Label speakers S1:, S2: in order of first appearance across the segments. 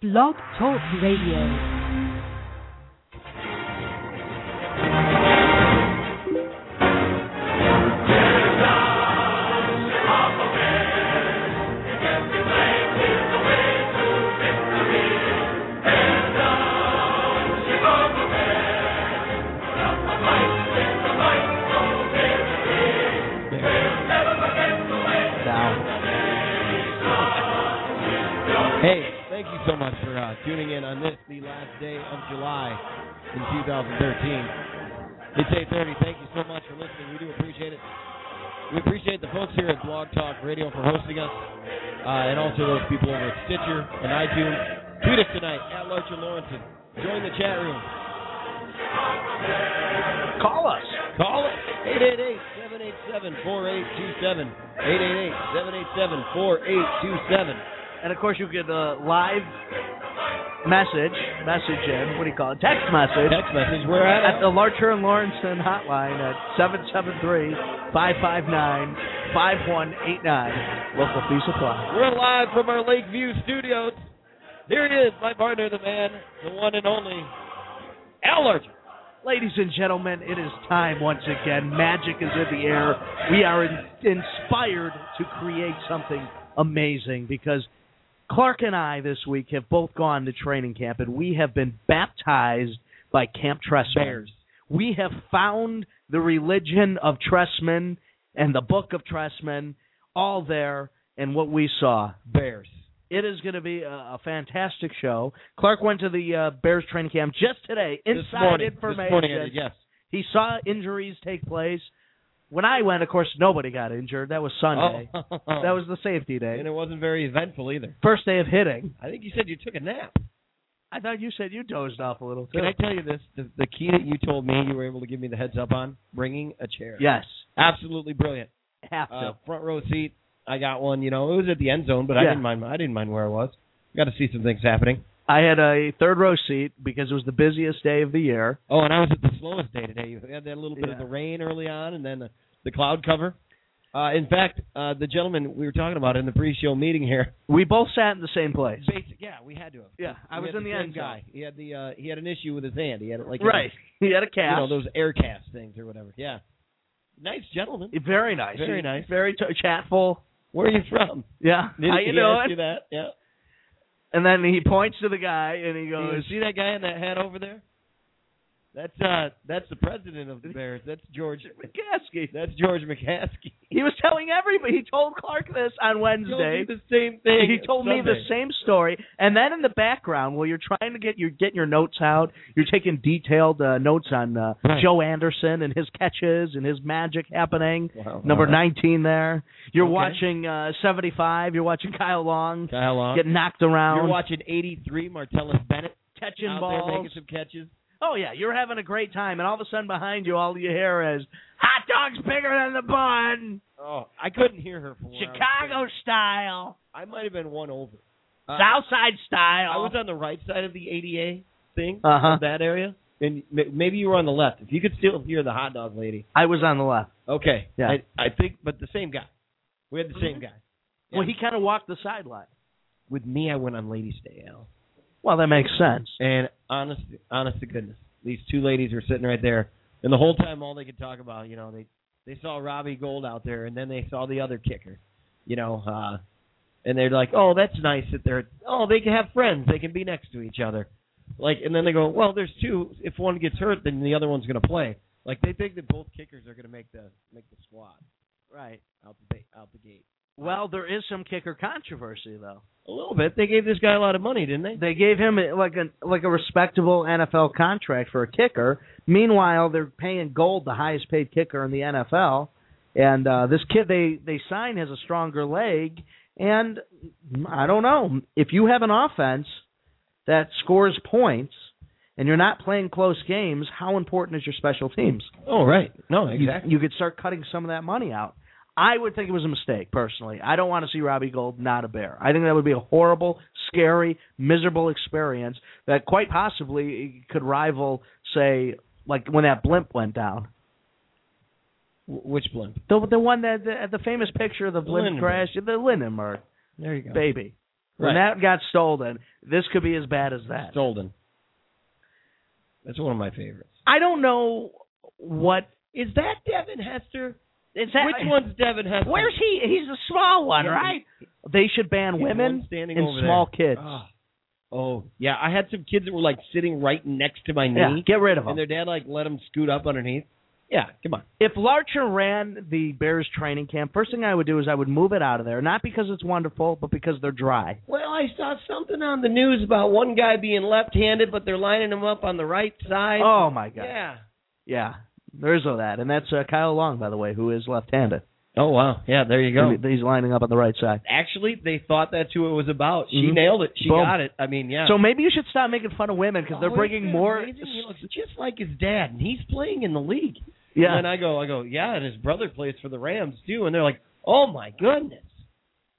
S1: Blog Talk Radio.
S2: Thou. Hey, thank you so much for uh, tuning in on this, the last day of July in 2013. It's 8:30. Thank you so much for listening. We do appreciate it. We appreciate the folks here at Blog Talk Radio for hosting us, uh, and also those people over at Stitcher and iTunes. Tweet us tonight at Larcher Lawrenson. Join the chat room.
S3: Call us.
S2: Call us 888-787-4827. 888-787-4827.
S3: And of course, you get a live message, message in, what do you call it? Text message.
S2: Text message. We're
S3: at
S2: at
S3: the Larcher and Lawrenson hotline at 773-559-5189. Local fee supply.
S2: We're live from our Lakeview studios. Here he is, my partner, the man, the one and only, Al Larcher.
S3: Ladies and gentlemen, it is time once again. Magic is in the air. We are in- inspired to create something amazing because Clark and I this week have both gone to training camp and we have been baptized by Camp Tressman. We have found the religion of Tressman and the book of Tressman all there and what we saw.
S2: Bears.
S3: It is going to be a, a fantastic show. Clark went to the uh, Bears training camp just today. Inside
S2: this morning.
S3: information.
S2: This morning, I did, yes.
S3: He saw injuries take place. When I went, of course, nobody got injured. That was Sunday.
S2: Oh.
S3: That was the safety day.
S2: And it wasn't very eventful either.
S3: First day of hitting.
S2: I think you said you took a nap.
S3: I thought you said you dozed off a little too.
S2: Can I tell you this? The, the key that you told me you were able to give me the heads up on, bringing a chair.
S3: yes,
S2: Absolutely brilliant.
S3: have to.
S2: Uh, front row seat. I got one. You know, it was at the end zone, but I
S3: Yeah.
S2: didn't mind. I didn't mind where I was. Got to see some things happening.
S3: I had a third row seat because it was the busiest day of the year.
S2: Oh, and I was at the slowest day today. We had that little bit
S3: Yeah.
S2: of the rain early on, and then the, the cloud cover. Uh, in fact, uh, the gentleman we were talking about in the pre-show meeting here.
S3: We both sat in the same place.
S2: Basic, yeah, we had to have.
S3: Yeah, I
S2: We
S3: was
S2: had
S3: in the
S2: same
S3: end
S2: guy. He had the uh, he had an issue with his hand. He had it like
S3: zone. Right. He had a
S2: you
S3: cast.
S2: know those air cast things or whatever. Yeah, nice gentleman.
S3: very nice.
S2: Very
S3: He-
S2: nice.
S3: Very t- chatful.
S2: Where are you from?
S3: Yeah.
S2: Did
S3: How
S2: he
S3: you
S2: ask
S3: doing?
S2: you that? Yeah.
S3: And then he points to the guy and he
S2: You
S3: goes,
S2: see that guy in that hat over there? That's uh that's the president of the Bears. That's George.
S3: McCaskey.
S2: That's George McCaskey.
S3: He was telling everybody. He told Clark this on
S2: He told me
S3: Wednesday.
S2: the same thing.
S3: He told me the
S2: Sunday.
S3: same story. And then in the background, while you're trying to get your getting your notes out, you're taking detailed uh, notes on uh,
S2: Right.
S3: Joe Anderson and his catches and his magic happening.
S2: Wow.
S3: Number
S2: All right.
S3: 19 there. You're
S2: Uh-huh. Okay.
S3: watching uh, 75. You're watching Kyle Long
S2: Kyle Long.
S3: get knocked around,
S2: You're watching 83 Martellus Bennett
S3: catching
S2: out there
S3: balls.
S2: making some catches.
S3: Oh yeah, you're having a great time, and all of a sudden behind you, all you hear is "hot dogs bigger than the bun,
S2: Oh, I couldn't hear her for what I was
S3: Chicago
S2: saying.
S3: style,
S2: I might have been one over. Uh,
S3: Southside
S2: I was
S3: style."
S2: on the right side of the ADA thing,
S3: Uh-huh.
S2: of that area, and ma- maybe you were on the left. If you could still hear the hot dog lady.
S3: I was on the left.
S2: Okay.
S3: Yeah. Mm-hmm.
S2: I, I think, but the same guy. We had the same guy. Yeah.
S3: Well, he kind of walked the sideline.
S2: With me, I went on Ladies' Day, Al.
S3: Well, that makes sense.
S2: And honest, honest to goodness, these two ladies were sitting right there, and the whole time all they could talk about, you know, they they saw Robbie Gold out there, and then they saw the other kicker, you know, uh, and they're like, oh, that's nice that they're, oh, they can have friends, they can be next to each other, like, and then they go, well, there's two. If one gets hurt, then the other one's gonna play. Like they think that both kickers are gonna make the make the squad
S3: Right.
S2: out the ba- out the gate.
S3: Well, there is some kicker controversy though.
S2: A little bit. They gave this guy a lot of money, didn't they?
S3: They gave him uh, like a like a respectable NFL contract for a kicker. Meanwhile, they're paying Gold the highest paid kicker in the NFL, and uh, this kid they they sign has a stronger leg. And I don't know if you have an offense that scores points and you're not playing close games, how important is your special teams?
S2: Oh, right. No,
S3: You- You, could start cutting some of that money out. I would think it was a mistake, personally. I don't want to see Robbie Gold not a bear. I think that would be a horrible, scary, miserable experience that quite possibly could rival, say, like when that blimp went down.
S2: W- which blimp?
S3: The the one that the, the famous picture of the blimp
S2: Lindenberg.
S3: crash, the Lindenberg
S2: There you go.
S3: baby. When
S2: Right.
S3: that got stolen, This could be as bad as that.
S2: Stolen. That's one of my favorites.
S3: I don't know what
S2: Is that Devin Hester?
S3: is that.
S2: Which one's Devin Hester?
S3: Where's he? He's the small one,
S2: Yeah,
S3: right? They should ban
S2: He's the
S3: women
S2: one standing
S3: and
S2: over
S3: small
S2: there.
S3: kids.
S2: Ah. Oh yeah, I had some kids that were like sitting right next to my knee,
S3: yeah, get rid of them.
S2: and their dad like let them scoot up underneath. Yeah, come on.
S3: if Larcher ran the Bears training camp, first thing I would do is I would move it out of there. Not because it's wonderful, but because they're dry.
S2: Well, I saw something on the news about one guy being left-handed, but they're lining him up on the right side.
S3: oh my god.
S2: yeah.
S3: Yeah. There's all that, and that's uh, Kyle Long, by the way, who is left-handed.
S2: Oh wow. Yeah, there you go.
S3: And He's lining up on the right side.
S2: Actually, they thought that's who it was about. She
S3: Mhm.
S2: nailed it. She
S3: Boom.
S2: got it. I mean, yeah.
S3: So maybe you should stop making fun of women because they're
S2: Oh,
S3: bringing
S2: isn't it
S3: more.
S2: amazing? He looks just like his dad, and he's playing in the league.
S3: yeah,
S2: And then I go, I go, yeah, and his brother plays for the Rams too, and they're like, oh my goodness,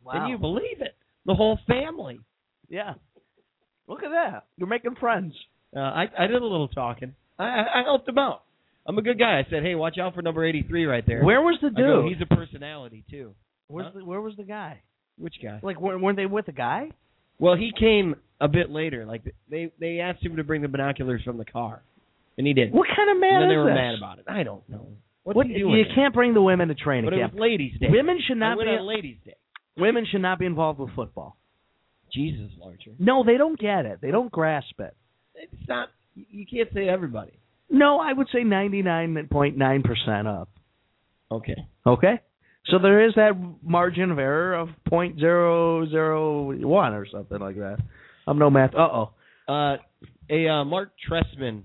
S3: wow.
S2: can you believe it? The whole family.
S3: yeah. Look at that. You're making friends.
S2: Uh, I I did a little talking. I I I helped him out. I'm a good guy. I said, hey, watch out for number 83 right there.
S3: Where was
S2: I
S3: the
S2: go,
S3: dude?
S2: he's a personality too.
S3: Where's the, where was the guy?
S2: Which guy?
S3: Like, weren't weren't they with a guy?
S2: Well, he came a bit later. Like they they asked him to bring the binoculars from the car, and he did.
S3: What kind of
S2: and
S3: man
S2: then
S3: is
S2: they were
S3: this?
S2: mad about it. I don't know. What's
S3: What-
S2: he doing?
S3: you
S2: there?
S3: can't bring the women to training
S2: But it was
S3: camp.
S2: Ladies' Day.
S3: Women should
S2: I
S3: not
S2: went
S3: be
S2: on Ladies' Day.
S3: women should not be involved with football.
S2: Jesus, Larcher.
S3: No, they don't get it. They don't grasp it.
S2: It's not. You you can't say everybody.
S3: No, I would say ninety nine point nine percent up.
S2: Okay.
S3: Okay, so there is that margin of error of point zero zero one or something like that. I'm no math. Uh oh.
S2: Uh, a uh, Mark Tressman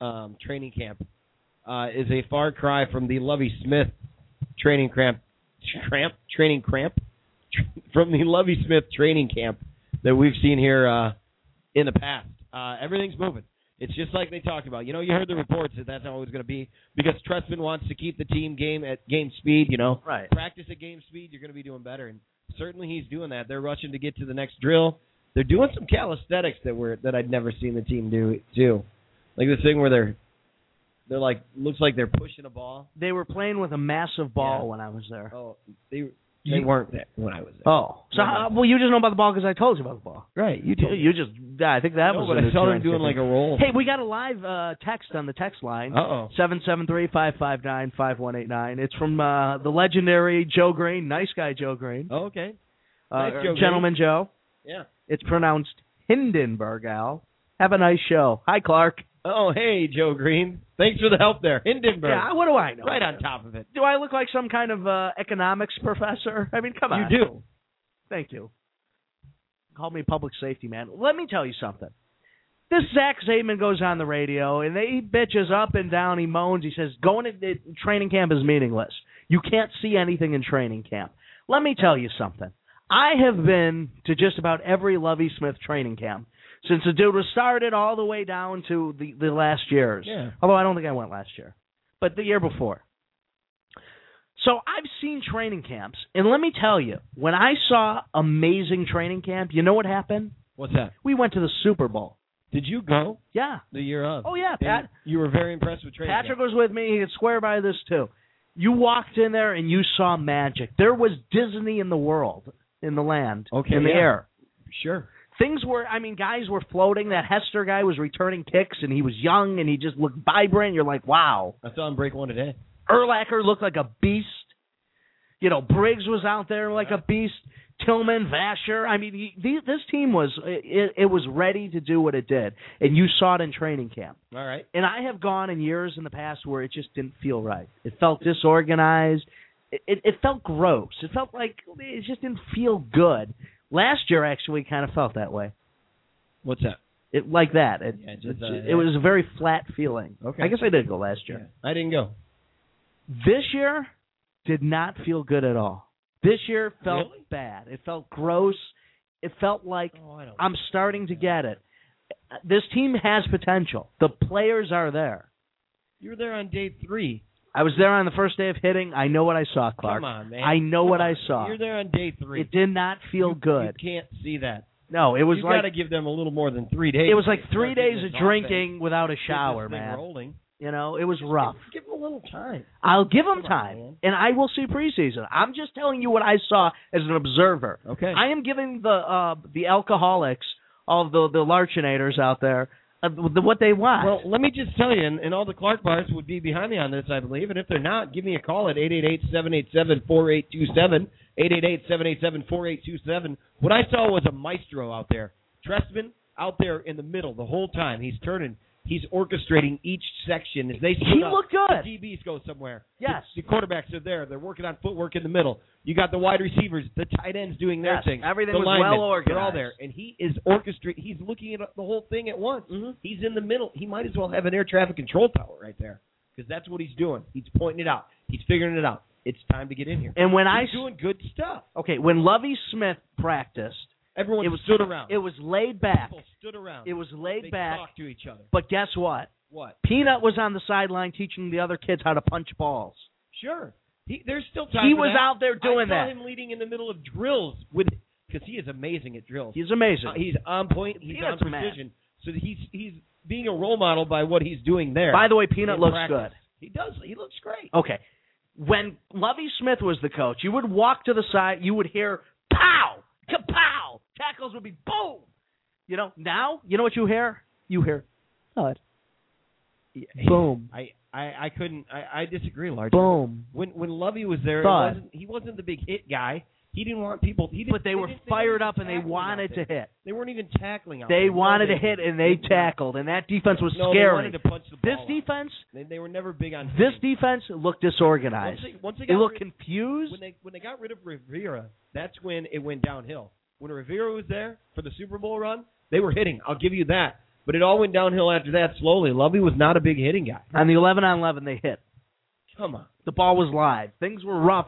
S2: um, training camp uh, is a far cry from the Lovey Smith training cramp, cramp training cramp tr- from the Lovey Smith training camp that we've seen here uh, in the past. Uh, everything's moving. It's just like they talked about. You know, you heard the reports that that's how it was going to be because Tressman wants to keep the team game at game speed. You know,
S3: Right.
S2: practice at game speed, you're going to be doing better. And certainly he's doing that. They're rushing to get to the next drill. They're doing some calisthenics that were that I'd never seen the team do too, like this thing where they're they're like looks like they're pushing a ball.
S3: They were playing with a massive ball
S2: Yeah.
S3: when I was there.
S2: Oh, they they
S3: You-
S2: weren't there when I was there.
S3: Oh, so how, well you just know about the ball because I told you about the ball.
S2: right, you
S3: You, you just I think that
S2: no,
S3: was.
S2: but I
S3: a new
S2: saw them
S3: trend.
S2: doing like a roll.
S3: Hey, we got a live uh, text on the text line.
S2: uh oh,
S3: Seven seven three five five nine five one eight nine. It's from uh, the legendary Joe Green, nice guy Joe Green,
S2: okay,
S3: uh,
S2: Oh, Thanks, Joe Green.
S3: gentleman Joe.
S2: yeah.
S3: It's pronounced Hindenburg. Al, have a nice show. Hi, Clark.
S2: Oh hey, Joe Green, thanks for the help there, Hindenburg.
S3: Yeah, what do I know?
S2: right on top of it.
S3: Do I look like some kind of uh, economics professor? I mean, come on.
S2: You do.
S3: Thank you. Call me public safety man. Let me tell you something. This Zach Zaidman goes on the radio and they he bitches up and down. He moans. He says, "Going to the training camp is meaningless. You can't see anything in training camp." Let me tell you something. I have been to just about every Lovey Smith training camp since the dude was started all the way down to the, the last years.
S2: Yeah.
S3: Although I don't think I went last year, but the year before. So I've seen training camps, and let me tell you, when I saw amazing training camp, you know what happened?
S2: What's that?
S3: We went to the Super Bowl.
S2: Did you go
S3: Yeah.
S2: the year of?
S3: Oh yeah,
S2: And
S3: Pat.
S2: you were very impressed with training.
S3: Patrick
S2: camp.
S3: was with me. He could swear by this too. You walked in there and you saw magic. There was Disney in the world, in the land,
S2: Okay,
S3: in the
S2: yeah.
S3: air.
S2: Sure.
S3: Things were, I mean, guys were floating. That Hester guy was returning kicks, and he was young, and he just looked vibrant. You're like, wow.
S2: I saw him break one today.
S3: Erlacher looked like a beast. You know, Briggs was out there like a beast. Tillman, Vasher. I mean, he, the, this team was it, it was ready to do what it did, and you saw it in training camp.
S2: All right.
S3: And I have gone in years in the past where it just didn't feel right. It felt disorganized. It, it, it felt gross. It felt like it just didn't feel good. Last year actually kind of felt that way.
S2: What's that?
S3: It like that. It
S2: Yeah, just,
S3: it,
S2: uh,
S3: it was a very flat feeling.
S2: Okay.
S3: I guess I did go last year.
S2: I didn't go.
S3: this year did not feel good at all. This year felt
S2: Really?
S3: bad. It felt gross. It felt like
S2: Oh, I don't.
S3: I'm starting to get it. This team has potential. The players are there.
S2: you were there on day three.
S3: I was there on the first day of hitting. I know what I saw, Clark.
S2: Come on, man.
S3: I know
S2: Come
S3: what I
S2: on.
S3: saw.
S2: You're there on day three.
S3: It did not feel good.
S2: You can't see that.
S3: No, it was
S2: you got
S3: like
S2: to give them a little more than three days.
S3: it was like
S2: to
S3: three
S2: start getting
S3: days
S2: this
S3: of
S2: offense,
S3: drinking without a
S2: get this
S3: shower,
S2: thing
S3: man.
S2: Rolling.
S3: You know, it was rough.
S2: Give them a little time.
S3: I'll give them
S2: Come on,
S3: time,
S2: man.
S3: and I will see preseason. I'm just telling you what I saw as an observer.
S2: Okay.
S3: I am giving the uh, the alcoholics all the the Larchinators out there uh, the, what they want.
S2: Well, let me just tell you, and, and all the Clark bars would be behind me on this, I believe. And if they're not, give me a call at 888-787-4827, 888-787-4827. What I saw was a maestro out there, Tressman out there in the middle the whole time. He's turning. He's orchestrating each section as they stood
S3: he
S2: up.
S3: looked good.
S2: The DBs go somewhere.
S3: Yes.
S2: The, the quarterbacks are there. They're working on footwork in the middle. You got the wide receivers, the tight ends doing their
S3: Yes,
S2: thing.
S3: everything
S2: the
S3: was
S2: linemen,
S3: well organized.
S2: They're all there, and he is orchestrating. He's looking at the whole thing at once.
S3: Mhm.
S2: He's in the middle. He might as well have an air traffic control tower right there because that's what he's doing. He's pointing it out. He's figuring it out. It's time to get in here.
S3: And when I
S2: he's doing good stuff.
S3: okay, when Lovey Smith practiced,
S2: Everyone
S3: it was
S2: stood around.
S3: It was laid back.
S2: People stood around.
S3: It was laid
S2: they
S3: back.
S2: talked to each other.
S3: But guess what?
S2: What?
S3: Peanut was on the sideline teaching the other kids how to punch balls.
S2: Sure. He, there's still time.
S3: he
S2: for
S3: was
S2: that.
S3: out there doing
S2: I saw
S3: that.
S2: him leading in the middle of drills with because he is amazing at drills.
S3: He's amazing.
S2: Uh, he's on point. He's
S3: Peanut's
S2: on
S3: a man.
S2: precision. So he's he's being a role model by what he's doing there.
S3: By the way, Peanut
S2: in
S3: looks
S2: practice. He does. He looks great.
S3: good. Okay. When Lovey Smith was the coach, you would walk to the side, you would hear pow, kapow. Tackles would be boom. You know, now, you know what you hear? You hear Oh, thud, boom,
S2: I, I, I couldn't. I, I disagree largely.
S3: boom.
S2: When when Lovey was there, it
S3: Thud.
S2: wasn't, he wasn't the big hit guy. He didn't want people. He didn't,
S3: But they were
S2: didn't- weren't
S3: fired
S2: even
S3: up and they
S2: tackling out
S3: wanted to
S2: there.
S3: hit.
S2: They weren't even tackling out.
S3: They
S2: there.
S3: wanted
S2: no,
S3: to hit and they tackled, and that defense was
S2: no, They
S3: scary.
S2: wanted to punch the
S3: This
S2: ball out.
S3: defense,
S2: They, they were never big on
S3: this
S2: hitting.
S3: defense looked
S2: Once
S3: disorganized.
S2: they, once they
S3: They
S2: got
S3: looked
S2: rid-
S3: confused.
S2: when they when they got rid of Rivera, that's when it went downhill. When Rivera was there for the Super Bowl run, they were hitting. I'll give you that. But it all went downhill after that slowly. Lovey was not a big hitting guy.
S3: On the 11 on 11, they hit.
S2: Come on.
S3: The ball was live. Things were rough.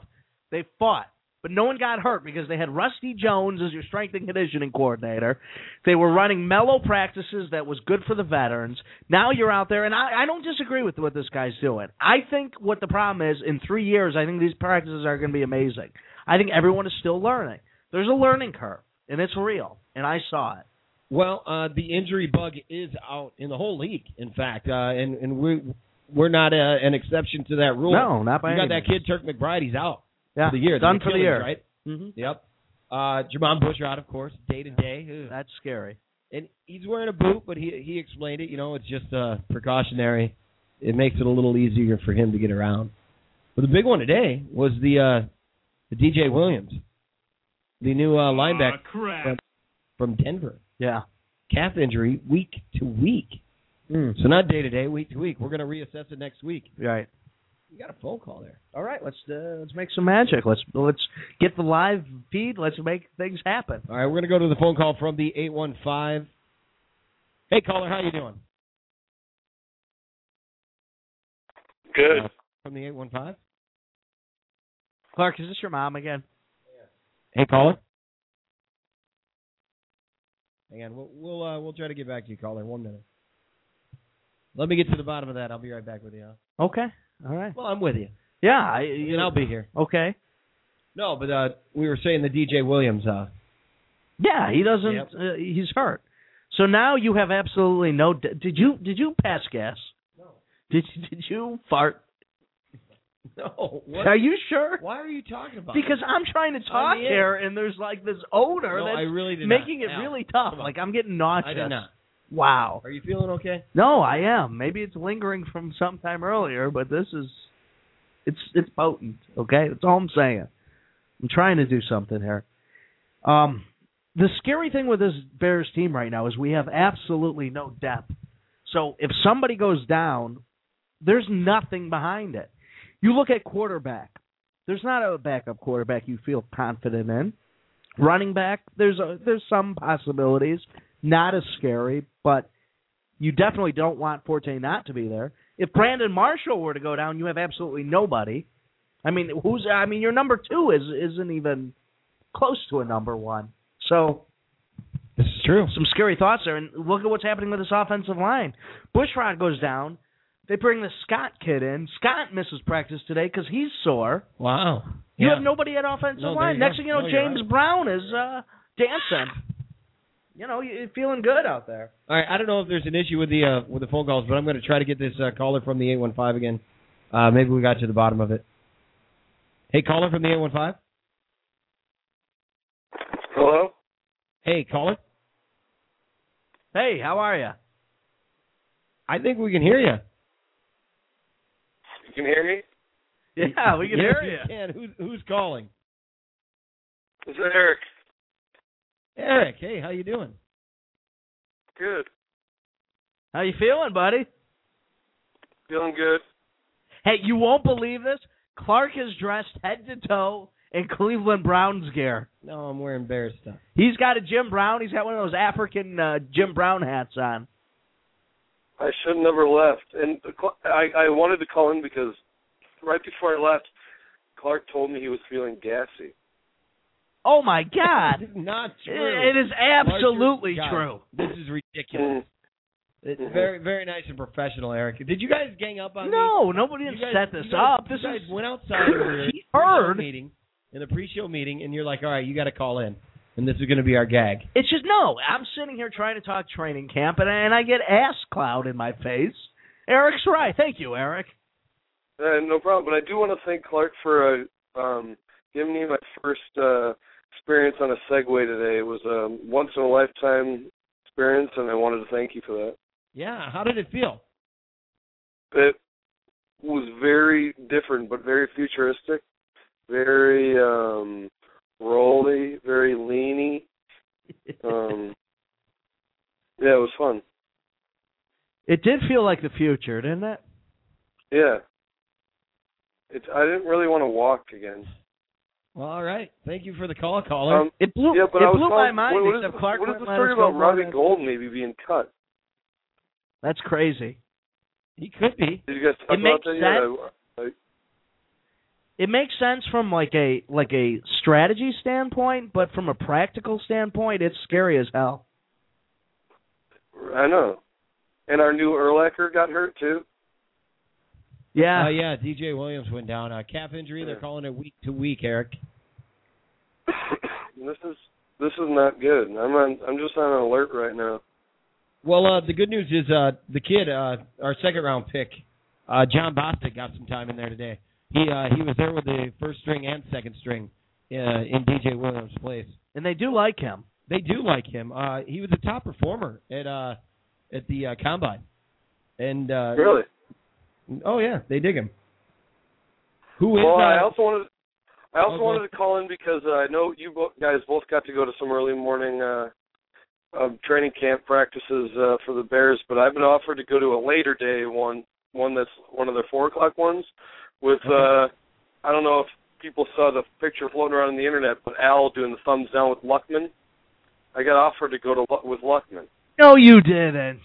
S3: They fought. But no one got hurt because they had Rusty Jones as your strength and conditioning coordinator. They were running mellow practices that was good for the veterans. Now you're out there, and I, I don't disagree with what this guy's doing. I think what the problem is in three years, I think these practices are going to be amazing. I think everyone is still learning. There's a learning curve, and it's real, and I saw it.
S2: Well, uh, the injury bug is out in the whole league. In fact, uh, and and we we're not uh an exception to that rule.
S3: No, not by
S2: you
S3: any
S2: got that
S3: means.
S2: kid Turk McBride. He's out
S3: Yeah,
S2: for the year.
S3: done for the
S2: Achilles,
S3: year.
S2: right?
S3: hmm
S2: Yep. Uh, Jermon Bush out, of course, day to day. Ugh.
S3: That's scary.
S2: and he's wearing a boot, but he he explained it. You know, it's just uh, precautionary. It makes it a little easier for him to get around. But the big one today was the uh, the DJ Williams, the new uh, linebacker from, from Denver.
S3: Yeah.
S2: Calf injury week to week,
S3: Hmm.
S2: so not day to day, week to week. We're going to reassess it next week.
S3: Right.
S2: You got a phone call there.
S3: All right, let's uh, let's make some magic. Let's let's get the live feed. Let's make things happen.
S2: All right, we're going to go to the phone call from the eight one five. Hey caller, how you doing?
S4: Good.
S2: Uh, from the eight one five.
S3: Clark, is this your mom again?
S2: Hey, caller. Hang on. We'll we'll, uh, we'll try to get back to you, caller. One minute. Let me get to the bottom of that. I'll be right back with you. huh?
S3: Okay. All right.
S2: Well, I'm with you,
S3: Yeah. I,
S2: and I'll be here.
S3: Okay.
S2: No, but uh, we were saying the DJ Williams. Uh,
S3: Yeah, he doesn't.
S2: Yep.
S3: Uh, he's hurt. So now you have absolutely no. d- Did you did you pass gas? No. Did did you fart?
S2: no.
S3: Are you sure?
S2: Why are you talking about?
S3: Because I'm trying to talk
S2: the air.
S3: here, and there's like this odor
S2: no, I
S3: that's
S2: really did
S3: making
S2: not.
S3: it
S2: Al,
S3: really tough.
S2: come on.
S3: Like I'm getting nauseous.
S2: I did not.
S3: Wow.
S2: Are you feeling okay?
S3: No, I am. Maybe it's lingering from sometime earlier, but this is it's it's potent, okay? That's all I'm saying. I'm trying to do something here. Um the scary thing with this Bears team right now is we have absolutely no depth. So if somebody goes down, there's nothing behind it. You look at quarterback. There's not a backup quarterback you feel confident in. Running back, there's a, there's some possibilities, not as scary, but you definitely don't want Forte not to be there. If Brandon Marshall were to go down, you have absolutely nobody. I mean, who's? I mean, your number two is isn't even close to a number one. So
S2: This is true.
S3: some scary thoughts there. And look at what's happening with this offensive line. Bushrod goes down. They bring the Scott kid in. Scott misses practice today because he's sore.
S2: Wow.
S3: You
S2: Yeah.
S3: have nobody at offensive
S2: No, there
S3: line.
S2: you
S3: Next
S2: go.
S3: thing you know,
S2: No, you're
S3: James
S2: right.
S3: Brown is uh, dancing. You know, you're feeling good out there.
S2: All right, I don't know if there's an issue with the uh, with the phone calls, but I'm going to try to get this uh, caller from the 815 again. Uh, maybe we got to the bottom of it. Hey, caller from the 815.
S4: Hello?
S2: Hey, caller.
S3: Hey, how are you?
S2: I think we can hear you.
S4: You can hear me?
S3: Yeah, we can
S2: Yes,
S3: hear
S2: we
S3: you.
S2: Can. Who's who's calling?
S4: This is Eric.
S2: Eric. Hey, how you doing?
S4: Good.
S3: How you feeling, buddy?
S4: Feeling good.
S3: Hey, you won't believe this. Clark is dressed head to toe in Cleveland Browns gear.
S2: No, I'm wearing bear stuff.
S3: He's got a Jim Brown. He's got one of those African uh, Jim Brown hats on.
S4: I should have never left. And the cl- I, I wanted to call in because right before I left, Clark told me he was feeling gassy.
S3: Oh my God!
S2: This is not true.
S3: it is absolutely
S2: Larger-
S3: true.
S2: This is
S4: Mm.
S2: ridiculous. It's very very nice and professional, Eric. Did you guys gang up on me?
S3: No, nobody
S2: You
S3: has
S2: guys-
S3: set this
S2: you guys-
S3: up. This
S2: you guys
S3: is
S2: went outside earlier in the
S3: He
S2: pre-show
S3: heard.
S2: meeting in the pre-show meeting, and you're like, "All right, you got to call in, and this is going to be our gag."
S3: It's just no. I'm sitting here trying to talk training camp, and I, and I get ass cloud in my face. Eric's right. Thank you, Eric.
S4: Uh, no problem. But I do want to thank Clark for uh, um, giving me my first uh, experience on a Segway today. It was a once in a lifetime experience, and I wanted to thank you for that.
S2: Yeah. How did it feel?
S4: it was very different but very futuristic, very um rolly, very leany. Um yeah, it was fun.
S3: It did feel like the future, didn't it?
S4: Yeah. It's I didn't really want to walk again.
S2: Well, all right. Thank you for the call, caller.
S4: Um
S3: It blew.
S4: yeah, but
S3: it
S4: I was
S3: blew my
S4: calling-
S3: mind.
S4: what- what is
S3: except
S4: the-
S3: Clark
S4: what is the
S3: wouldn't let
S4: story
S3: us go
S4: about Robbie
S3: running.
S4: Gold maybe being cut?
S3: That's crazy.
S2: he could be.
S4: Did you guys talk
S3: It
S4: about
S3: makes
S4: that
S3: sense. It makes sense from like a like a strategy standpoint, but from a practical standpoint, it's scary as hell.
S4: yet? I, I know. And our new Erlacher got hurt too.
S3: Oh, Yeah.
S2: Uh, yeah, DJ Williams went down. Uh, calf injury. They're
S4: Yeah.
S2: calling it week to week, Eric.
S4: this is this is not good. I'm on I'm just on alert right now.
S2: Well, uh, the good news is uh, the kid, uh, our second round pick, uh, John Bostic, got some time in there today. He uh, he was there with the first string and second string uh, in DJ Williams' place.
S3: And they do like him.
S2: They do like him. Uh, he was a top performer at uh, at the uh, combine, and uh,
S4: Really?
S2: oh yeah, they dig him. Who is?
S4: Well, I
S2: uh,
S4: also wanted. I also
S2: Okay.
S4: wanted to call in because uh, I know you bo- guys both got to go to some early morning uh, um, training camp practices uh, for the Bears, but I've been offered to go to a later day one, one that's one of their four o'clock ones. With uh, I don't know if people saw the picture floating around on the internet, but Al doing the thumbs down with Luckman. I got offered to go to Lu- with Luckman.
S3: No, you didn't.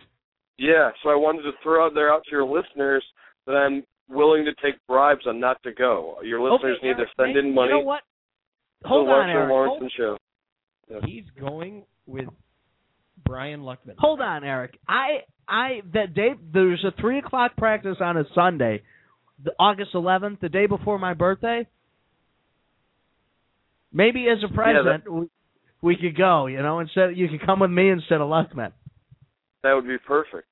S4: Yeah, so I wanted to throw out there out to your listeners that I'm willing to take bribes on not to go. Your listeners
S3: Okay,
S4: need to
S3: Eric,
S4: send
S3: thank-
S4: in money
S3: You know what?
S4: to
S3: Hold
S4: the
S3: on,
S4: Larson
S3: Eric.
S4: Lawrence
S3: Hold,
S4: and show.
S2: he's going with Brian Luckman.
S3: hold on, Eric. I I that day there's a three o'clock practice on a Sunday, the, August 11th, the day before my birthday. Maybe as a present, we, we could go. You know, instead you could come with me instead of Luckman
S4: That would be perfect.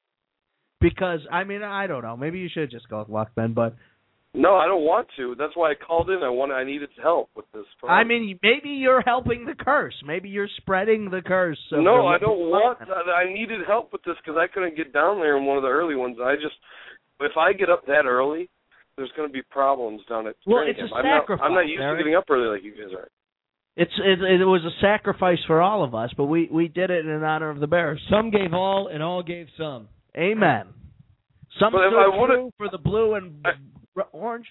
S3: because I mean I don't know. Maybe you should just go with Luckman, but
S4: No, I don't want to. That's why I called in. I want. I needed help with this.
S3: I
S4: problem.
S3: mean maybe you're helping the curse. Maybe you're spreading the curse. of the
S4: no, I don't
S3: Luckman.
S4: want. I I needed help with this because I couldn't get down there in one of the early ones. I just, if I get up that early, there's going to be problems down at.
S3: Well,
S4: training
S3: it's a
S4: camp. I'm not- I'm not
S3: sacrifice,
S4: used
S3: Eric.
S4: to getting up early like you guys are.
S3: It's it, it was a sacrifice for all of us, but we we did it in honor of the Bears.
S2: Some gave all, and all gave some.
S3: Amen. Some
S4: But if
S3: stood
S4: I would've-
S3: true for the blue and r- orange.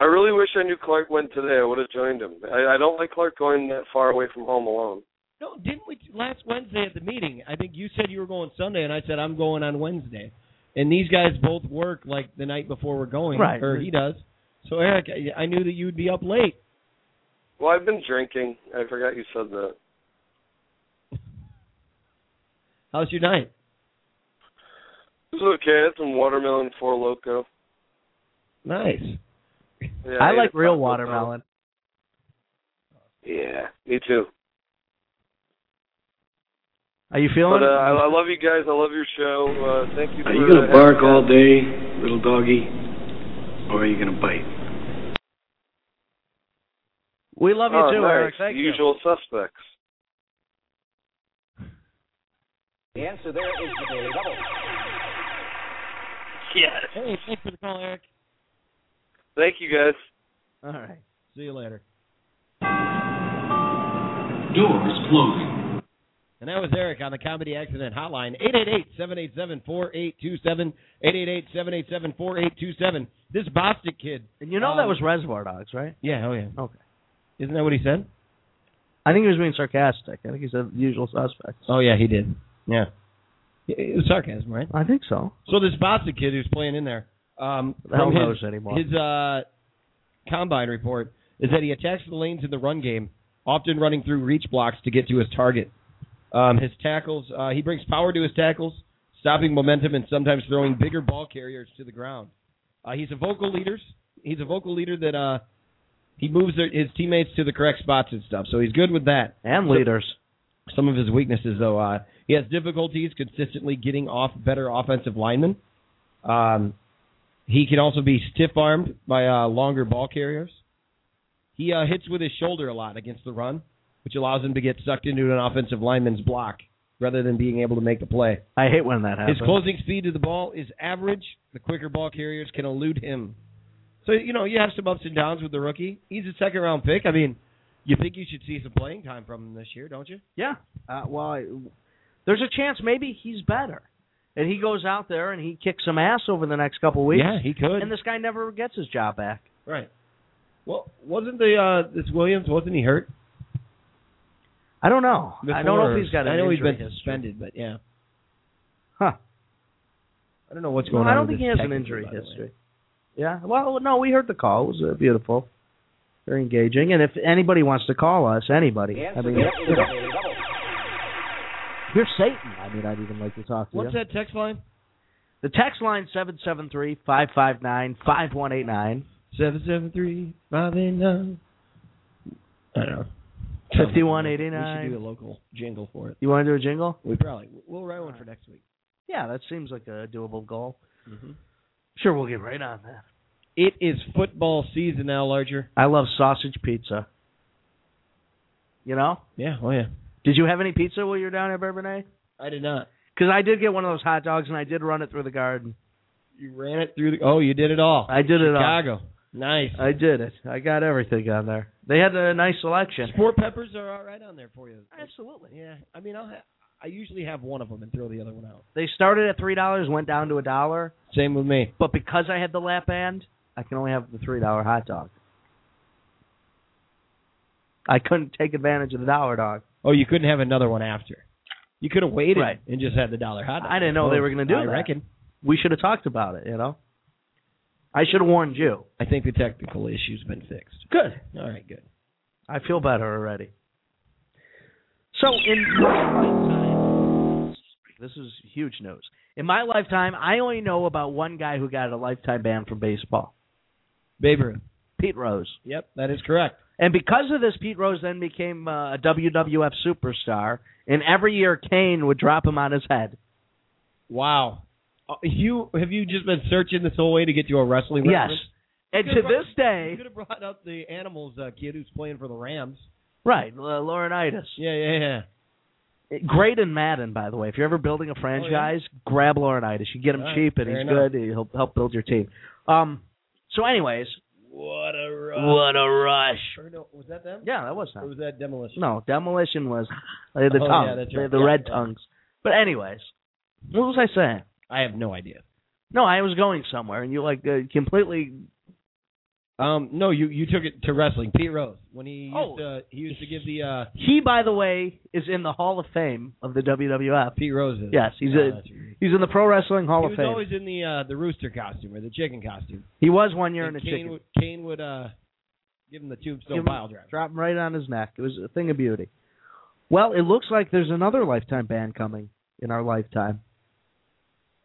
S4: I really wish I knew Clark went today. I would have joined him. I, I don't like Clark going that far away from home alone.
S2: No, didn't we last Wednesday at the meeting? I think you said you were going Sunday, and I said I'm going on Wednesday. And these guys both work like the night before we're going,
S3: Right.
S2: or he does. So Eric, I, I knew that you would be up late.
S4: Well, I've been drinking. I forgot you said that.
S2: How's your night?
S4: It's okay. It's some watermelon for loco.
S2: Nice.
S4: Yeah,
S3: I
S4: ate
S3: like
S4: a
S3: real
S4: Taco Bell.
S3: watermelon.
S4: Yeah, me too.
S3: Are you feeling?
S4: But uh,
S3: it?
S4: I, I love you guys. I love your show. Uh, thank you. For
S5: Are you gonna
S4: having
S5: bark
S4: me.
S5: all day, little doggy, or are you gonna bite?
S3: we love you
S4: Oh,
S3: too,
S4: nice.
S3: Eric. Thank
S4: the
S3: you.
S4: usual suspects.
S6: The answer there is the Daily Double.
S4: Yes.
S2: Hey, thanks for the call, Eric.
S4: Thank you guys.
S3: All right.
S2: See you later.
S5: Doors closing.
S2: And that was Eric on the Comedy Accident Hotline, 888-787-4827, 888-787-4827. This Bostic kid.
S3: And you know
S2: Um,
S3: that was Reservoir Dogs, right?
S2: Yeah, oh yeah.
S3: Okay.
S2: Isn't that what he said?
S3: I think he was being sarcastic. I think he said the usual suspects.
S2: Oh yeah, he did. Yeah. It it was sarcasm, right?
S3: I think so.
S2: So this Bostic kid who's playing in there, um,
S3: The hell
S2: from his-
S3: knows anymore.
S2: His uh, combine report is that he attacks the lanes in the run game, often running through reach blocks to get to his target. Um, his tackles, uh, he brings power to his tackles, stopping momentum and sometimes throwing bigger ball carriers to the ground. Uh, he's a vocal leader. He's a vocal leader that uh, he moves their, his teammates to the correct spots and stuff. So he's good with that.
S3: and leaders.
S2: Some of his weaknesses, though, uh, he has difficulties consistently getting off better offensive linemen. Um, he can also be stiff armed by uh, longer ball carriers. He uh, hits with his shoulder a lot against the run, which allows him to get sucked into an offensive lineman's block rather than being able to make the play.
S3: I hate when that happens.
S2: His closing speed to the ball is average. The quicker ball carriers can elude him. So you know you have some ups and downs with the rookie. He's a second round pick. I mean, you think you should see some playing time from him this year, don't you?
S3: Yeah. Uh, well, I, there's a chance maybe he's better, and he goes out there and he kicks some ass over the next couple weeks.
S2: yeah, he could.
S3: And this guy never gets his job back.
S2: Right. Well, wasn't the uh, this Williams? Wasn't he hurt?
S3: I don't know. I don't know
S2: before?
S3: if he's got. An
S2: I know he's
S3: injury
S2: been
S3: history.
S2: suspended, but yeah.
S3: Huh.
S2: I don't know what's
S3: No,
S2: going on.
S3: I don't
S2: with
S3: think he has
S2: this
S3: an
S2: Texans,
S3: injury
S2: by the way.
S3: history. Yeah. Well, no, we heard the call. It was uh, beautiful, very engaging. And if anybody wants to call us, anybody,
S6: The
S3: I
S6: answer
S3: mean,
S6: there is
S3: you
S6: the
S3: know,
S6: Daily Double.
S3: you're Satan. I mean, I'd even like to talk to
S2: What's
S3: you.
S2: that text line?
S3: The text line seven seven three five five nine five one eight nine.
S2: Seven seven three five eight nine. I don't know.
S3: 5189.
S2: We should do a local jingle for it.
S3: You want to do a jingle?
S2: We probably we'll write one for next week.
S3: Yeah, that seems like a doable goal.
S2: Mhm.
S3: Sure, we'll get right on that.
S2: It is football season now, larger.
S3: I love sausage pizza. You know?
S2: Yeah, oh yeah.
S3: Did you have any pizza while you were down at Bourbonnais?
S2: I did not.
S3: Because I did get one of those hot dogs and I did run it through the garden.
S2: You ran it through the. Oh, you did it all.
S3: I did it all.
S2: Chicago, nice.
S3: I did it. I got everything on there. They had a nice selection.
S2: Sport peppers are all right on there for you.
S3: Absolutely.
S2: Yeah, I mean, I'll ha- I usually have one of them and throw the other one out.
S3: They started at three dollars, went down to a dollar,
S2: Same with me.
S3: but because I had the lap band, I can only have the three dollar hot dog. I couldn't take advantage of the dollar dog.
S2: Oh, you couldn't have another one after. You could have waited
S3: Right.
S2: and just had the dollar hot dog.
S3: I didn't know they were gonna do
S2: I
S3: that.
S2: reckon.
S3: we should have talked about it, you know. I should have warned you.
S2: I think the technical issue's been fixed.
S3: Good.
S2: All right, good.
S3: I feel better already. So in my lifetime, this is huge news. In my lifetime, I only know about one guy who got a lifetime ban from baseball,
S2: Babe Ruth.
S3: Pete Rose.
S2: Yep, that is correct.
S3: And because of this, Pete Rose then became uh, a WWF superstar, and every year Kane would drop him on his head.
S2: Wow. Uh, You have you just been searching this whole way to get to a wrestling?
S3: Yes.
S2: reference?
S3: And to this
S2: You
S3: day,
S2: could have brought up the animals uh, kid who's playing for the Rams.
S3: right, uh, Laurinaitis.
S2: Yeah, yeah, yeah.
S3: Great in Madden, by the way. If you're ever building a franchise, grab Laurinaitis. You get him
S2: Oh, All right,
S3: cheap, and
S2: fair
S3: he's
S2: enough.
S3: good. He'll help build your team. Um. So, anyways,
S2: What a rush.
S3: what a rush!
S2: Or no, was that them?
S3: Yeah, that was
S2: Or
S3: not.
S2: was that demolition?
S3: No, demolition was they had the
S2: Oh,
S3: tongue,
S2: yeah, that's
S3: they had
S2: right.
S3: the
S2: Yeah,
S3: red
S2: yeah.
S3: tongues. But anyways, what was I saying?
S2: I have no idea.
S3: No, I was going somewhere, and you like uh, completely.
S2: Um, no, you you took it to wrestling. Pete Rose when he used
S3: Oh.
S2: to he used to give the uh,
S3: He, by the way, is in the Hall of Fame of the WWF.
S2: Pete Rose. is-
S3: Yes, he's
S2: Oh,
S3: a-
S2: that's right.
S3: He's in the Pro Wrestling Hall
S2: He
S3: of
S2: was
S3: Fame.
S2: always in the uh, the rooster costume or the chicken costume.
S3: he was one year
S2: And
S3: in a
S2: Kane
S3: chicken.
S2: would Kane would uh, give him the tombstone
S3: Give him-
S2: pile driver.
S3: Drop him right on his neck. It was a thing of beauty. Well, it looks like there's another lifetime ban coming in our lifetime.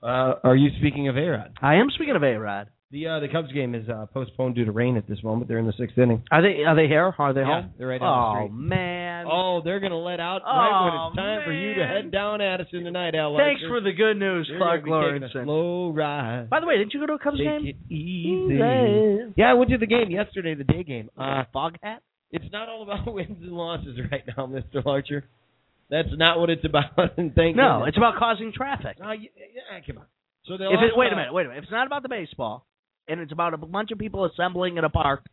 S2: Uh, are you speaking of Arod?
S3: I am speaking of A Rod.
S2: The uh, the Cubs game is uh, postponed due to rain at this moment. They're in the sixth inning.
S3: Are they are they here? Are they
S2: Yeah,
S3: home?
S2: they're right down
S3: oh
S2: the street.
S3: man.
S2: Oh, they're gonna let out right when
S3: Oh,
S2: it's time for you to
S3: man.
S2: head down Addison tonight, Al.
S3: Thanks
S2: Lecter.
S3: for the good news,
S2: You're gonna
S3: Clark
S2: be taking a
S3: Lawrence.
S2: Slow ride.
S3: By the way, didn't you go to a Cubs
S2: Take
S3: game?
S2: it easy. Yeah, I went to the game yesterday, the day game. Uh,
S3: Fog hat?
S2: it's not all about wins and losses right now, Mr. Larcher. That's not what it's about. and Thank
S3: No,
S2: goodness.
S3: it's about causing traffic.
S2: Uh, y- yeah, come on. So they
S3: If
S2: lost
S3: it, wait a
S2: out.
S3: minute, wait a minute. If it's not about the baseball, and it's about a bunch of people assembling in a park,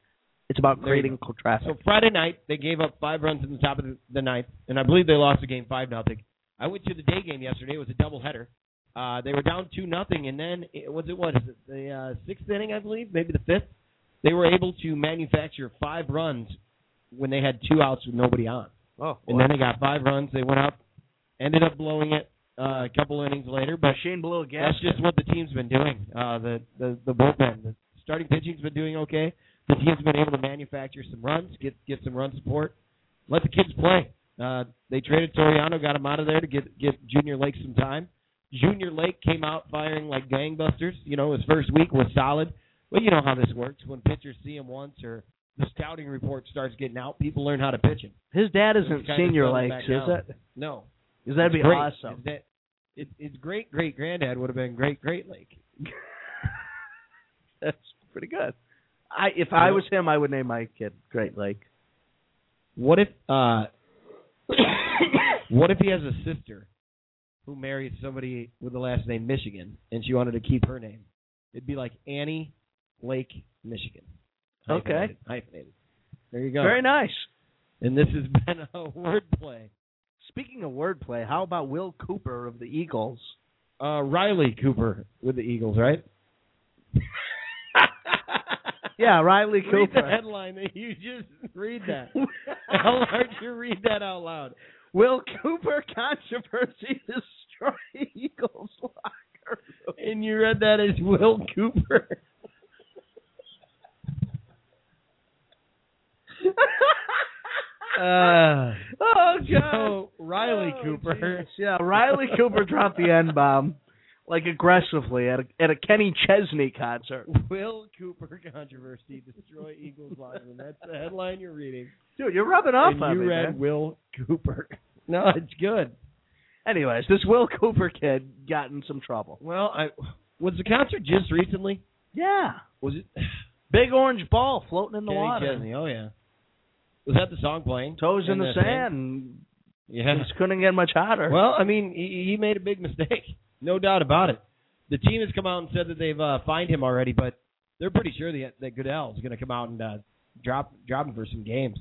S3: it's about
S2: There you
S3: creating cl- traffic.
S2: So Friday night they gave up five runs in the top of the, the ninth, and I believe they lost the game five nothing. I went to the day game yesterday. It was a doubleheader. Uh, they were down two nothing, and then it, was it what is it the uh, sixth inning I believe, maybe the fifth. They were able to manufacture five runs when they had two outs with nobody on,
S3: Oh,
S2: and then they got five runs. They went up, ended up blowing it uh, a couple innings later, but
S3: machine blew a gas.
S2: that's just what the team's been doing. Uh, the the the bullpen, the starting pitching's been doing okay. The team's been able to manufacture some runs, get get some run support, let the kids play. Uh, they traded Toriano, got him out of there to get get Junior Lake some time. Junior Lake came out firing like gangbusters. You know, his first week was solid. Well, you know how this works. When pitchers see him once or the scouting report starts getting out, people learn how to pitch him.
S3: His dad isn't
S2: Kinda
S3: senior
S2: settled
S3: lakes,
S2: back
S3: is
S2: down.
S3: that?
S2: No,
S3: Because that'd be
S2: it's great.
S3: awesome.
S2: Is that- it, it's great great granddad would have been great great Lake.
S3: That's pretty good. I if I
S2: Yeah.
S3: was him, I would name my kid Great Lake.
S2: What if uh what if he has a sister who marries somebody with the last name Michigan and she wanted to keep her name? It'd be like Annie Lake Michigan.
S3: Okay.
S2: Hyphenated, Hyphenated. There you go.
S3: Very nice.
S2: And this has been a wordplay.
S3: Speaking of wordplay, how about Will Cooper of the Eagles?
S2: Uh Riley Cooper with the Eagles, right?
S3: Yeah, Riley
S2: Read the
S3: Cooper.
S2: headline that you just read that. How hard you read that out loud?
S3: Will Cooper controversy destroy Eagles locker room?
S2: And you read that as Will Cooper. Uh,
S3: oh god.
S2: so Riley
S3: Oh,
S2: Cooper.
S3: Jesus. Yeah, Riley Cooper dropped the N bomb like aggressively at a, at a Kenny Chesney concert.
S2: Will Cooper controversy destroy Eagles locker room? That's the headline you're reading.
S3: Dude, you're rubbing off
S2: and
S3: on
S2: you
S3: me.
S2: read
S3: man.
S2: Will Cooper. No, it's good.
S3: Anyways, this Will Cooper kid got in some trouble.
S2: Well, I was the concert just recently.
S3: Yeah.
S2: Was it
S3: Big orange ball floating in the
S2: Kenny
S3: water.
S2: Chesney? Oh yeah. Was that the song playing?
S3: Toes in, the,
S2: thing?
S3: sand.
S2: Yeah.
S3: Just couldn't get much hotter.
S2: Well, I mean, he, he made a big mistake, no doubt about it. The team has come out and said that they've uh, fined him already, but they're pretty sure that, that Goodell is going to come out and uh, drop drop him for some games.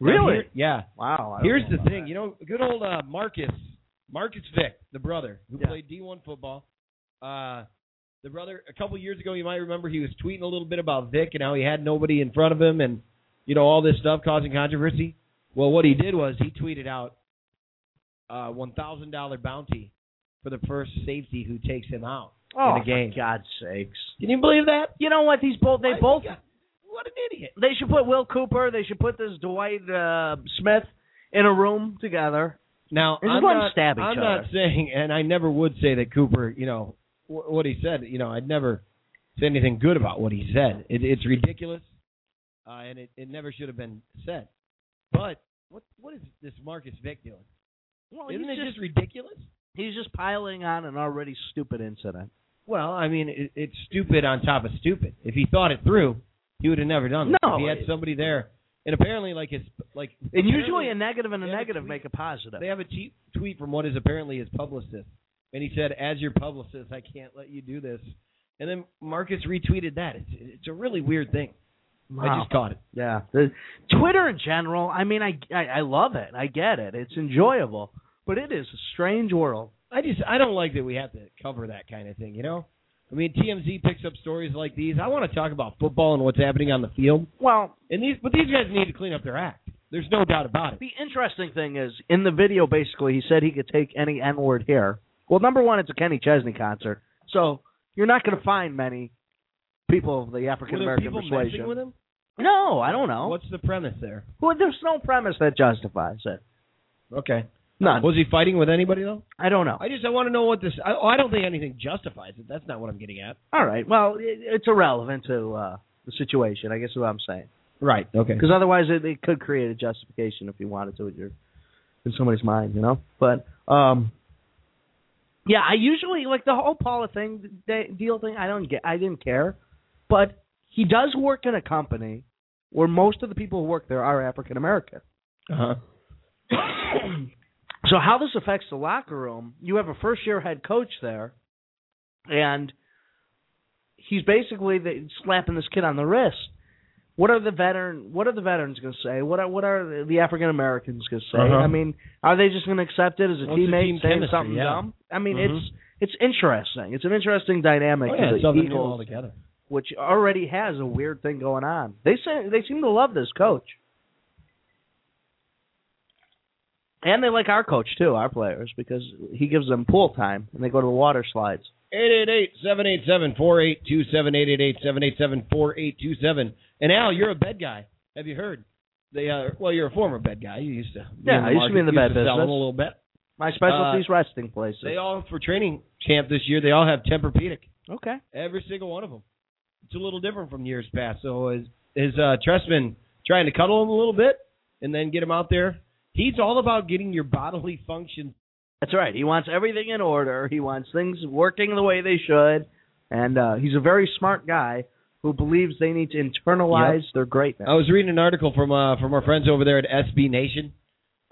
S2: Now,
S3: Really?
S2: here- yeah.
S3: wow. I don't
S2: Here's
S3: know
S2: the
S3: about
S2: thing, you know, good old uh, Marcus, Marcus Vick, the brother who
S3: Yeah.
S2: played D1 football. Uh, the brother, a couple years ago, you might remember he was tweeting a little bit about Vick and how he had nobody in front of him, and you know all this stuff causing controversy. Well, what he did was he tweeted out uh, $1,000 bounty for the first safety who takes him out.
S3: that. oh,
S2: in the game.
S3: For God's sakes.
S2: Can you believe that?
S3: You know what? These both they
S2: I
S3: both
S2: think, uh, what an idiot!
S3: they should put Will Cooper, they should put this Dwight uh, Smith in a room together.
S2: Now
S3: They just
S2: I'm
S3: go out and
S2: not,
S3: stab each
S2: I'm
S3: other.
S2: not saying, and I never would say that Cooper. You know wh- what he said. You know, I'd never say anything good about what he said. It, it's ridiculous, uh, and it, it never should have been said. But what what is this Marcus Vick doing?
S3: Well,
S2: Isn't it
S3: Oh, he's
S2: just,
S3: just
S2: ridiculous?
S3: he's just piling on an already stupid incident.
S2: Well, I mean, it, it's stupid on top of stupid. If he thought it through, he would have never done that.
S3: No,
S2: if he had
S3: it-
S2: somebody there, and apparently, like his like,
S3: And
S2: apparently-
S3: usually a negative and a
S2: they have a
S3: negative
S2: tweet.
S3: make a positive.
S2: They have a cheap tweet from what is apparently his publicist, and he said, "As your publicist, I can't let you do this." And then Marcus retweeted that. It's it's a really weird thing. I
S3: Wow.
S2: just caught it.
S3: Yeah, the, Twitter in general. I mean, I, I I love it. I get it. It's enjoyable, but it is a strange world.
S2: I just I don't like that we have to cover that kind of thing. You know, I mean TMZ picks up stories like these. I want to talk about football and what's happening on the field.
S3: Well,
S2: And these but these guys need to clean up their act. There's no doubt about it.
S3: the interesting thing is in the video. Basically, he said he could take any N word here. Well, number one, it's a Kenny Chesney concert, so you're not going to find many people of the African
S2: Were there
S3: American
S2: people
S3: persuasion.
S2: messing with him?
S3: No, I don't know.
S2: What's the premise there?
S3: Well, there's no premise that justifies it.
S2: Okay.
S3: None.
S2: Was he fighting with anybody though?
S3: I don't know.
S2: I just I want to know what this. I, oh, I don't think anything justifies it. That's not what I'm getting at.
S3: All right. Well, it, it's irrelevant to uh, the situation. I guess is what I'm saying.
S2: Right. Okay.
S3: Because otherwise, it, it could create a justification if you wanted to in your in somebody's mind, you know. But um, yeah, I usually like the whole Paula thing de- deal thing. I don't get. I didn't care, but he does work in a company Uh-huh. where most of the people who work there are African American.
S2: Uh-huh.
S3: So how this affects the locker room? You have a first year head coach there, and he's basically the, slapping this kid on the wrist. What are the veteran? What are the veterans going to say? What are what are the African Americans going to say?
S2: Uh-huh.
S3: I mean, are they just going to accept it as a
S2: What's the team
S3: teammate saying
S2: chemistry?
S3: something
S2: Yeah.
S3: dumb? I mean,
S2: Mhm.
S3: it's it's interesting. It's an interesting dynamic.
S2: Oh,
S3: for
S2: yeah,
S3: the
S2: it's something new
S3: Eagles
S2: altogether.
S3: which already has a weird thing going on. They say, they seem to love this coach, and they like our coach too, our players, because he gives them pool time and they go to the water slides.
S2: 888-787-4827-888-787-4827. And Al, you're a bed guy. Have you heard? They uh, well, you're a former bed guy. You used to be
S3: Yeah,
S2: in the
S3: I used to be in the
S2: market,
S3: bed
S2: used sell
S3: business.
S2: them a little bit.
S3: My specialty is resting places.
S2: Uh, They all for training camp this year. They all have Tempur-Pedic.
S3: okay.
S2: Every single one of them. It's a little different from years past. So is is uh, Tressman trying to cuddle him a little bit and then get him out there? He's all about getting your bodily functions.
S3: That's right. He wants everything in order. He wants things working the way they should, and uh, he's a very smart guy who believes they need to internalize their greatness.
S2: I was reading an article from uh, from our friends over there at SB Nation.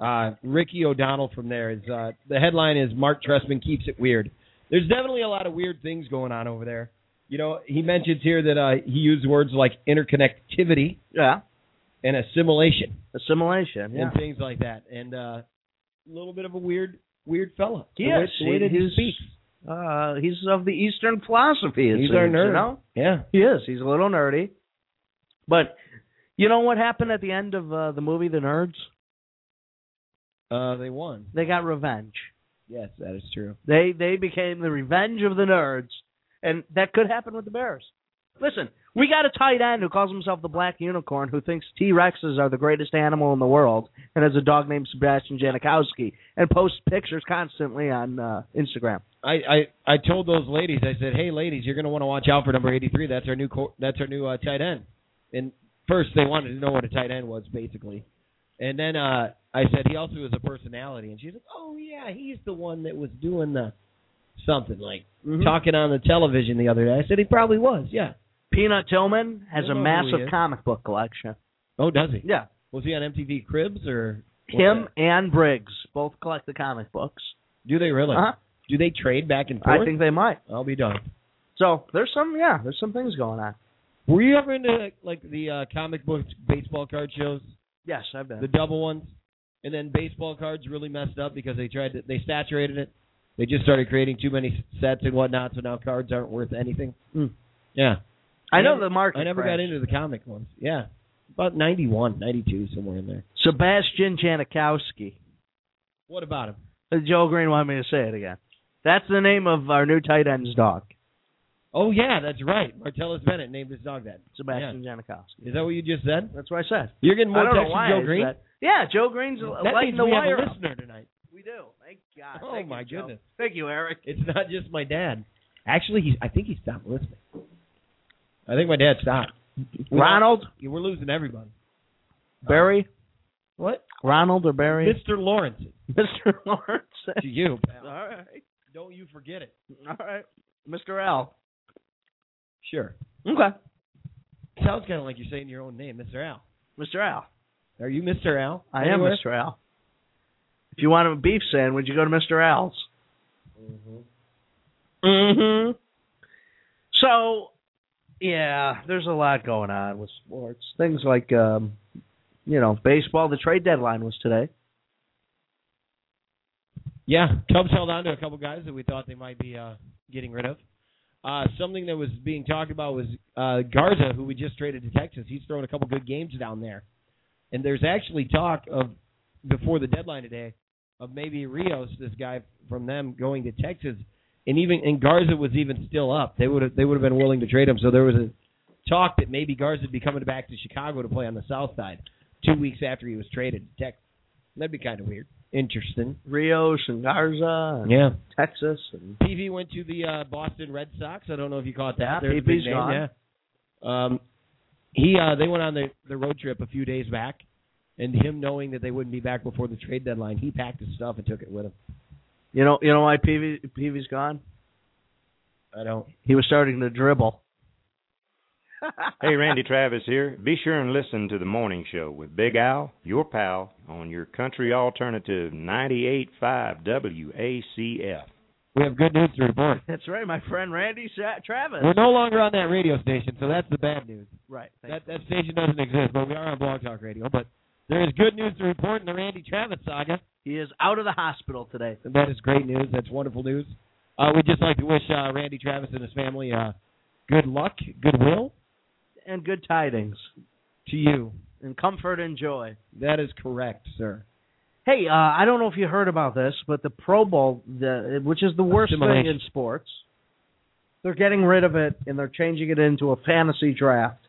S2: Uh, Ricky O'Donnell from there is uh, the headline is Mark Tressman keeps it weird. There's definitely a lot of weird things going on over there. You know, he mentions here that uh, he used words like interconnectivity
S3: Yeah,
S2: and assimilation
S3: assimilation. Yeah.
S2: and things like that, and uh, a little bit of a weird weird fella. The
S3: Yes,
S2: way- the way that he
S3: he's-
S2: speaks.
S3: Uh, he's of the Eastern philosophy. It
S2: He's
S3: seems,
S2: our
S3: You
S2: nerd.
S3: know?
S2: Yeah,
S3: He is. He's a little nerdy. But you know what happened at the end of uh, the movie The Nerds?
S2: uh, they won.
S3: They got revenge.
S2: Yes, that is true.
S3: They they became the revenge of the nerds, and that could happen with the Bears. Listen, we got a tight end who calls himself the Black Unicorn, who thinks T Rexes are the greatest animal in the world, and has a dog named Sebastian Janikowski, and posts pictures constantly on uh, Instagram.
S2: I, I I told those ladies. I said, "Hey, ladies, you're going to want to watch out for number 83. That's our new co- that's our new uh, tight end." And first, they wanted to know what a tight end was, basically. And then uh, I said, "He also is a personality." And she's like, "Oh yeah, he's the one that was doing the something like talking on the television the other day." I said, "He probably was, yeah."
S3: Peanut Tillman has
S2: I know
S3: a
S2: who he
S3: massive
S2: is.
S3: comic book collection.
S2: Oh, does he?
S3: Yeah,
S2: Was he on MTV Cribs or what's
S3: him
S2: that?
S3: and Briggs both collect the comic books.
S2: Do they really?
S3: Uh-huh.
S2: Do they trade back and forth?
S3: I think they might.
S2: I'll be done.
S3: So there's some, yeah, there's some things going on.
S2: Were you ever into like the uh, comic book baseball card shows,
S3: Yes, I've been.
S2: the double ones, and then baseball cards really messed up because they tried to they saturated it. They just started creating too many sets and whatnot, so now cards aren't worth anything.
S3: Hmm.
S2: Yeah,
S3: I know
S2: never-
S3: the market.
S2: I never
S3: crashed.
S2: got into the comic ones. Yeah, about ninety one, ninety two, somewhere in there.
S3: Sebastian Janikowski.
S2: What about him?
S3: Uh, Joe Green wanted me to say it again. That's the name of our new tight end's dog,
S2: Oh yeah, that's right. Martellus Bennett named his dog that.
S3: Sebastian Janikowski.
S2: Is that what you just said?
S3: That's what I said.
S2: You're getting
S3: I
S2: more
S3: don't know
S2: text
S3: why
S2: from
S3: I
S2: Joe
S3: said
S2: Green.
S3: that. Yeah, Joe Green's
S2: That
S3: lighting
S2: means
S3: the
S2: we
S3: wire
S2: have a
S3: up.
S2: listener tonight.
S3: We do. Thank God.
S2: Oh,
S3: Thank
S2: my
S3: you, Joe.
S2: goodness.
S3: Thank you, Eric.
S2: It's not just my dad. Actually, he, I think he stopped listening. I think my dad stopped. We-
S3: Ronald,
S2: We're losing everybody.
S3: Uh, Barry,
S2: What?
S3: Ronald or Barry,
S2: Mr. Lawrence.
S3: Mr. Lawrence.
S2: To you.
S3: All
S2: pal.
S3: right,
S2: Don't you forget it.
S3: all right, Mr. L.
S2: Sure.
S3: Okay,
S2: Sounds kind of like you're saying your own name, Mr. Al.
S3: Mr. Al.
S2: Are you Mr. Al?
S3: I
S2: Anywhere?
S3: am Mr. Al. If you want a beef sandwich, you go to Mr. Al's. Mm-hmm. hmm So, yeah, there's a lot going on with sports. Things like, um, you know, baseball. The trade deadline was today.
S2: Yeah, Cubs held on to a couple guys that we thought they might be uh, getting rid of. Uh, something that was being talked about was uh, Garza, who we just traded to Texas. He's thrown a couple good games down there, and there's actually talk of before the deadline today of maybe Rios, this guy from them, going to Texas, and even and Garza was even still up. They would have they would have been willing to trade him. So there was a talk that maybe Garza would be coming back to Chicago to play on the South Side two weeks after he was traded to Texas. That'd be kind of weird, interesting.
S3: Rios and Garza and
S2: Yeah.
S3: Texas. And
S2: PV went to the uh, Boston Red Sox. I don't know if you caught
S3: Yeah,
S2: that. There's a
S3: PV's
S2: big name,
S3: gone.
S2: Yeah. Um, he uh, they went on the, the road trip a few days back, and him knowing that they wouldn't be back before the trade deadline, he packed his stuff and took it with him.
S3: you know, you know why Peavy, Peavy's gone?
S2: I don't.
S3: He was starting to dribble.
S6: Hey, Randy Travis here. Be sure and listen to the morning show with Big Al, your pal, on your country alternative 98.5 WACF.
S2: We have good news to report.
S3: That's right, my friend Randy Sa- Travis.
S2: We're no longer on that radio station, so that's the bad news.
S3: Right. thank
S2: That that station doesn't exist, but we are on Blog Talk Radio. But there is good news to report in the Randy Travis saga.
S3: you. He is out of the hospital today.
S2: And that is great news. That's wonderful news. Uh, we'd just like to wish uh, Randy Travis and his family uh, good luck, goodwill
S3: And good tidings.
S2: to you.
S3: And comfort and joy.
S2: That is correct, sir.
S3: Hey, uh, I don't know if you heard about this, but the Pro Bowl, the, which is the worst thing
S2: Assimilation.
S3: in sports, they're getting rid of it and they're changing it into a fantasy draft.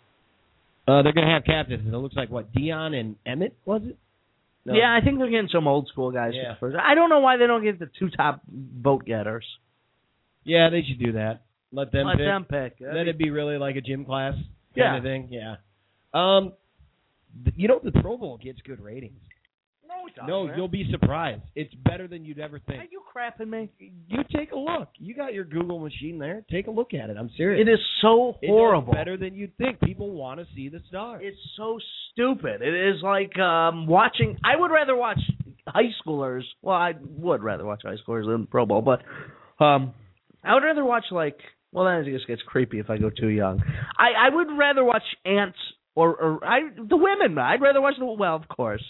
S2: Uh, they're going to have captains. and It looks like what Dion and Emmett was it? No.
S3: Yeah, I think they're getting some old school guys.
S2: Yeah.
S3: First. I don't know why they don't get the two top vote getters.
S2: yeah, they should do that. Let them
S3: Let
S2: pick.
S3: them pick.
S2: Then it'd be really like a gym class kind
S3: Yeah.
S2: of thing. Yeah. Um, th- you know the Pro Bowl gets good ratings. No, you'll be surprised. It's better than you'd ever
S3: Are
S2: think.
S3: you crapping me?
S2: You take a look. You got your Google machine there. Take a look at it. I'm serious.
S3: It is so
S2: It does
S3: horrible.
S2: better than you'd think. People want to see the stars.
S3: It's so stupid. It is like um watching. I would rather watch high schoolers. Well, I would rather watch high schoolers than Pro Bowl, but um, I would rather watch like. Well, then it just gets creepy if I go too young. I I would rather watch ants or or I the women. I'd rather watch the well, of course.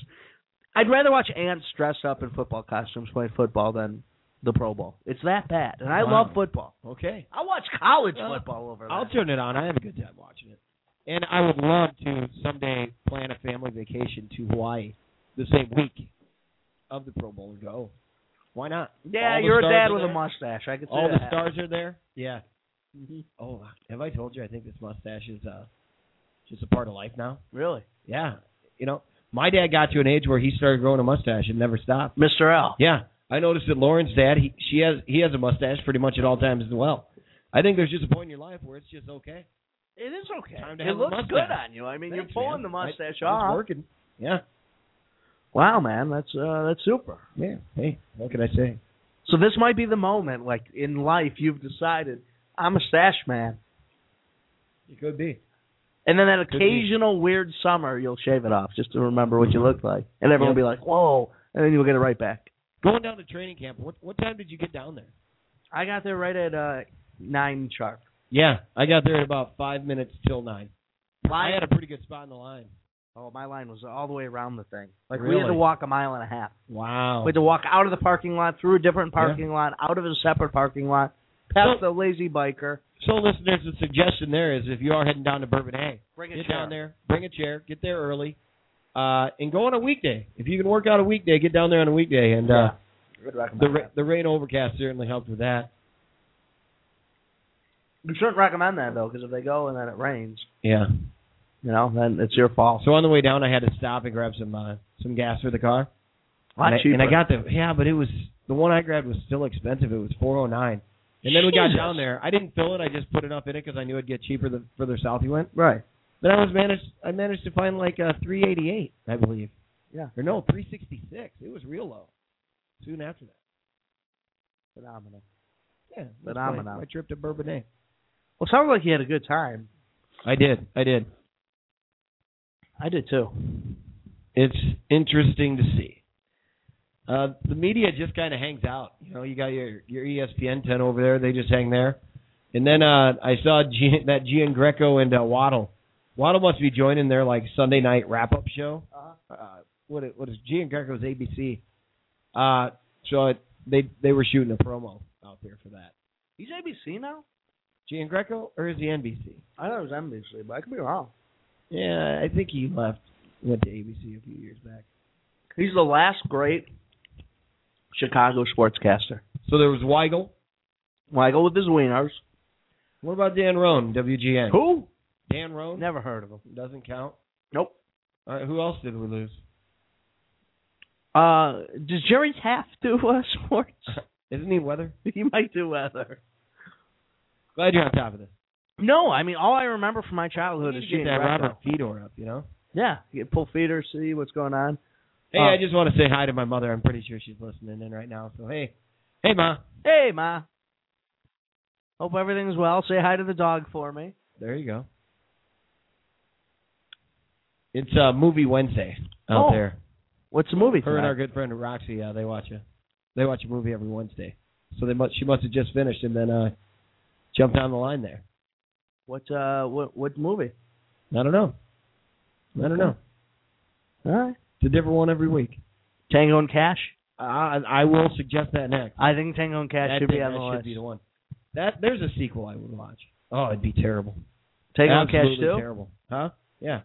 S3: I'd rather watch ants dressed up in football costumes playing football than the Pro Bowl. It's that bad, and I
S2: Wow.
S3: love football.
S2: okay.
S3: I watch college
S2: Well,
S3: football over.
S2: I'll
S3: that.
S2: turn it on. I have a good time watching it. And I would love to someday plan a family vacation to Hawaii the same week of the Pro Bowl and go. Why not?
S3: yeah,
S2: all the
S3: you're a
S2: stars
S3: dad
S2: are
S3: with a
S2: there.
S3: mustache. I could see
S2: All
S3: that.
S2: the stars are there. Yeah. Oh, have I told you? I think this mustache is uh, just a part of life now.
S3: Really?
S2: Yeah. You know, my dad got to an age where he started growing a mustache and never stopped.
S3: Mr. L.
S2: Yeah. I noticed that Lauren's dad, he she has he has a mustache pretty much at all times as well. I think there's just a point in your life where it's just okay.
S3: It is okay.
S2: Time to
S3: it
S2: have a
S3: looks
S2: mustache.
S3: good on you. I mean,
S2: Thanks,
S3: you're
S2: man.
S3: pulling the mustache
S2: I, It's
S3: off.
S2: working. Yeah.
S3: Wow, man, that's uh, that's super.
S2: Yeah. Hey, what can I say?
S3: So this might be the moment, like in life, you've decided I'm a stash man,
S2: It could be.
S3: and then that
S2: Could be.
S3: occasional weird summer, you'll shave it off just to remember what you look like, and everyone will be like, "Whoa," and then you'll get it right back.
S2: Going down to training camp. What what time did you get down there?
S3: I got there right at uh, nine sharp.
S2: Yeah, I got there at about five minutes till nine. I had a pretty good spot in the line.
S3: Oh, my line was all the way around the thing. Like we had
S2: Really?
S3: to walk a mile and a half.
S2: Wow.
S3: We had to walk out of the parking lot, through a different parking lot, out of a separate parking lot, past the lazy biker.
S2: So, listeners, the suggestion there is if you are heading down to Bourbon A,
S3: Bring
S2: get down there, bring a chair, get there early, uh, and go on a weekday. If you can work out a weekday, get down there on a weekday. And uh, the ra- the rain overcast certainly helped with that.
S3: you shouldn't recommend that though, because if they go and then it rains,
S2: Yeah.
S3: you know, then it's your fault.
S2: So on the way down, I had to stop and grab some uh, some gas for the car.
S3: Lot
S2: and, I,
S3: cheaper.
S2: and I got the yeah, but it was the one I grabbed was still expensive. It was four oh nine. And then we got
S3: Jesus.
S2: down there. I didn't fill it. I just put enough in it because I knew it'd get cheaper the further south you went.
S3: right.
S2: But I was managed. I managed to find like uh, 388, I believe.
S3: Yeah.
S2: Or no, 366. It was real low. Soon after that.
S3: Phenomenal.
S2: Yeah. that's
S3: Phenomenal.
S2: My, my trip to Bourbonnais.
S3: Well, sounds like you had a good time.
S2: I did. I did.
S3: I did too.
S2: It's interesting to see. Uh, the media just kind of hangs out. You know, you got your your E ESPN 10 over there. They just hang there. And then uh, I saw G- that Gian Greco and uh, Waddle. Waddle must be joining their like Sunday night wrap up show. uh what it, what is Gian Greco's ABC? Uh, so it, they they were shooting a promo out there for that.
S3: He's ABC now.
S2: Gian Greco or is he NBC?
S3: I thought it was NBC, but I could be wrong.
S2: Yeah, I think he left went to ABC a few years back.
S3: He's the last great Chicago sportscaster.
S2: So there was Weigel.
S3: Michael with his wieners.
S2: What about Dan Roan, WGN?
S3: Who?
S2: Dan Roan
S3: Never heard of him.
S2: doesn't count.
S3: Nope.
S2: All right, who else did we lose?
S3: Uh, does Jerry Taft do uh, sports?
S2: Isn't he Weather?
S3: he might do weather.
S2: Glad you're on top of this.
S3: No, I mean all I remember from my childhood
S2: You
S3: is
S2: need to
S3: Gene
S2: get that
S3: Greco.
S2: Robert Fedor up, you know.
S3: Yeah, you pull feeder, see what's going on.
S2: Hey,
S3: Oh.
S2: I just want to say hi to my mother. I'm pretty sure she's listening in right now. So hey, hey ma,
S3: Hey, ma. Hope everything's well. Say hi to the dog for me.
S2: there you go. It's uh, Movie Wednesday out
S3: Oh,
S2: there.
S3: What's the movie?
S2: Her and
S3: tonight?
S2: our good friend Roxy, uh, they watch a they watch a movie every Wednesday. So they must she must have just finished and then uh, jumped on the line there.
S3: What uh what what movie?
S2: I don't know. I don't know.
S3: All right.
S2: It's a different one every week.
S3: Tango and Cash.
S2: I I will suggest that next.
S3: I think Tango and Cash
S2: that
S3: should
S2: thing-
S3: be on
S2: that
S3: the
S2: should
S3: list.
S2: be the one. That there's a sequel I would watch. Oh, it'd be terrible.
S3: Tango and Cash
S2: Absolutely
S3: too.
S2: terrible. Huh? Yeah.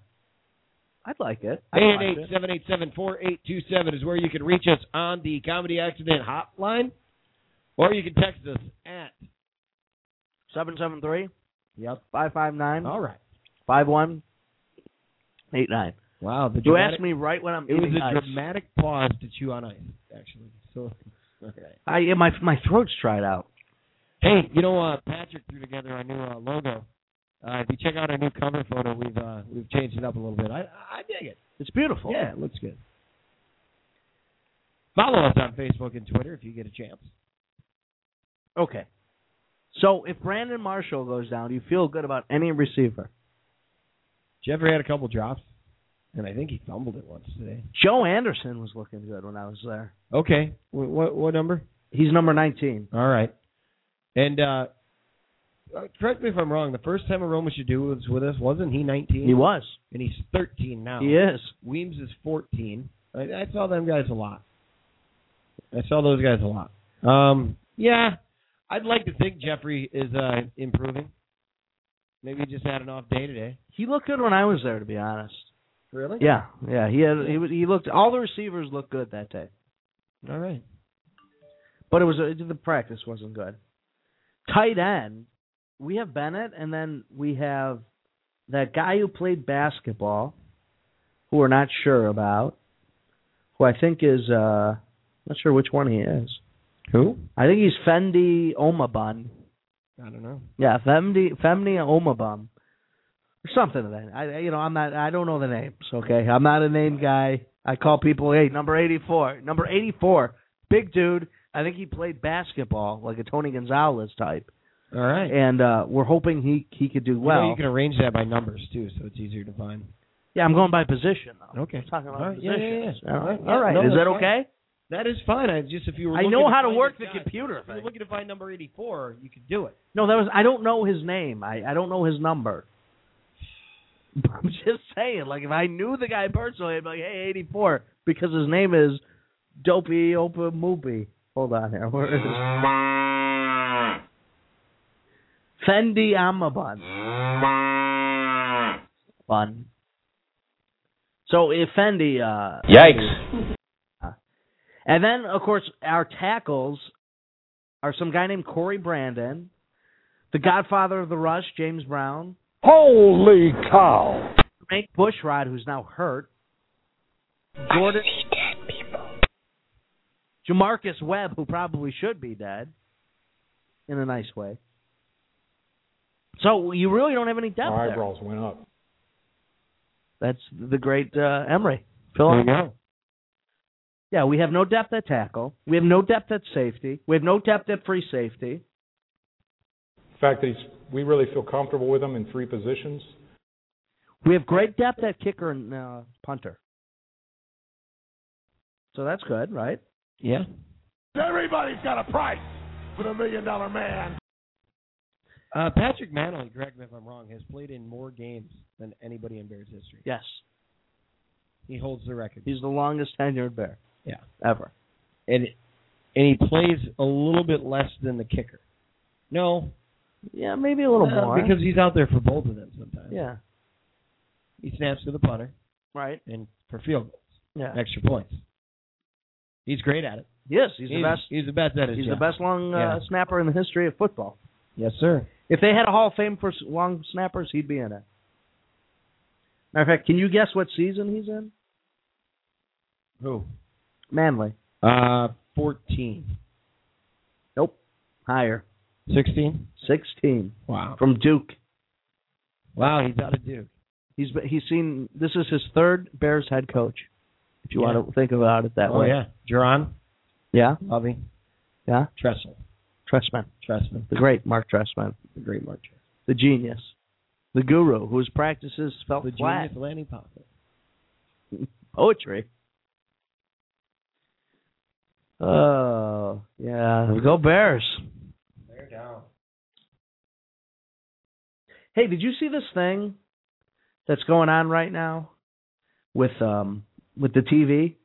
S3: I'd like it. I'd
S2: Eight
S3: watch
S2: eight
S3: it.
S2: seven eight seven four eight two seven is where you can reach us on the comedy accident hotline, or you can text us at
S3: Seven seven three
S2: yep.
S3: five five nine
S2: All right.
S3: five one eight nine.
S2: Wow. The
S3: You
S2: dramatic,
S3: asked me right when I'm
S2: It was
S3: eating
S2: a
S3: ice.
S2: dramatic pause to chew on ice, actually. So. all right.
S3: I yeah, my my throat's dried out.
S2: Hey, you know, uh, Patrick threw together our new uh, logo. Uh, if you check out our new cover photo, we've uh, we've changed it up a little bit. I I dig it.
S3: It's beautiful.
S2: Yeah, it looks good. Follow us on Facebook and Twitter if you get a chance.
S3: Okay. So if Brandon Marshall goes down, do you feel good about any receiver?
S2: Jeffrey had a couple drops, and I think he fumbled it once today.
S3: Joe Anderson was looking good when I was there.
S2: Okay, what what, what number?
S3: He's number nineteen.
S2: All right, and uh, uh, correct me if I'm wrong. The first time Aroma should do was with us, wasn't he? 19,
S3: He was.
S2: and he's 13 now.
S3: He is.
S2: Weems is 14. I, I saw them guys a lot. I saw those guys a lot. Um, yeah, I'd like to think Jeffrey is uh, improving. Maybe he just had an off day today.
S3: He looked good when I was there, to be honest.
S2: Really?
S3: Yeah, yeah. He had he was he looked all the receivers looked good that day,
S2: All right.
S3: but it was it, the practice wasn't good. Tight end, we have Bennett, and then we have that guy who played basketball, who we're not sure about, who I think is uh not sure which one he is.
S2: Who?
S3: I think he's Fendi Omabun.
S2: I don't know.
S3: Yeah, Femdi Femni Omabum. Or something of that. I I- you know, I'm not I don't know the names, okay? I'm not a name guy. I call people hey, number eighty four. Number eighty four. Big dude. I think he played basketball like a Tony Gonzalez type.
S2: All right.
S3: And uh we're hoping he he could do
S2: You know,
S3: well.
S2: you can arrange that by numbers too, so it's easier to find.
S3: yeah, I'm going by position though.
S2: Okay.
S3: I'm talking about
S2: All right. Yeah,
S3: positions.
S2: yeah, yeah.
S3: All right.
S2: Yeah,
S3: All right.
S2: no,
S3: Is that
S2: that's fine.
S3: okay?
S2: That is fine. I just if you were.
S3: I
S2: looking
S3: know how to
S2: find
S3: work
S2: this
S3: the
S2: guy-
S3: computer
S2: If you're
S3: thing.
S2: looking to find number 84, you could do it.
S3: No, that was I don't know his name. I I don't know his number. I'm just saying, like if I knew the guy personally, I'd be like, hey, 84, because his name is Dopey Opa Moopy. Hold on here, where is it? Fendi Amabun. Bun. So if Fendi, uh,
S6: Yikes.
S3: and then, of course, our tackles are some guy named Corey Brandon, the godfather of the rush, James Brown,
S6: Holy cow.
S3: Frank Bushrod, who's now hurt, Jordan, Jamarcus Webb, who probably should be dead in a nice way. So you really don't have any depth there.
S6: went up.
S3: That's the great uh, Emery. Phil, yeah, we have no depth at tackle. We have no depth at safety. We have no depth at free safety.
S7: The fact that he's, we really feel comfortable with him in three positions.
S3: We have great depth at kicker and uh, punter. So that's good, right?
S2: Yeah.
S7: Everybody's got a price for the million dollar man.
S2: Uh, Patrick Manley, correct me if I'm wrong, has played in more games than anybody in Bears history.
S3: Yes.
S2: He holds the record.
S3: He's the longest tenured bear.
S2: Yeah.
S3: Ever.
S2: And and he plays a little bit less than the kicker. No,
S3: Yeah, maybe a little
S2: uh,
S3: more.
S2: because he's out there for both of them sometimes.
S3: yeah,
S2: He snaps to the punter
S3: right.
S2: and for field goals,
S3: Yeah.
S2: extra points. He's great at it.
S3: Yes, he's, the best.
S2: He's the best at his
S3: He's
S2: job.
S3: the best long uh,
S2: Yeah.
S3: snapper in the history of football.
S2: Yes, sir.
S3: If they had a Hall of Fame for s- long snappers, he'd be in it. Matter of fact, can you guess what season he's in?
S2: Who?
S3: Manly.
S2: Uh, 14.
S3: Nope. Higher.
S2: 16?
S3: Sixteen.
S2: Wow.
S3: From Duke.
S2: Wow, he's out of Duke.
S3: He's be- he's seen. This is his third Bears head coach. If you
S2: Yeah.
S3: want to think about it that
S2: oh,
S3: way.
S2: yeah. Jerron,
S3: Yeah.
S2: Lovey,
S3: Yeah.
S2: Tressel.
S3: Tressman,
S2: Tressman.
S3: the great Mark Tressman,
S2: The great marcher.
S3: the genius, the guru whose practices felt
S2: The
S3: flat.
S2: genius landing pocket.
S3: Poetry. Oh, yeah. Go Bears.
S2: They're down.
S3: Hey, did you see this thing that's going on right now with um with the TV?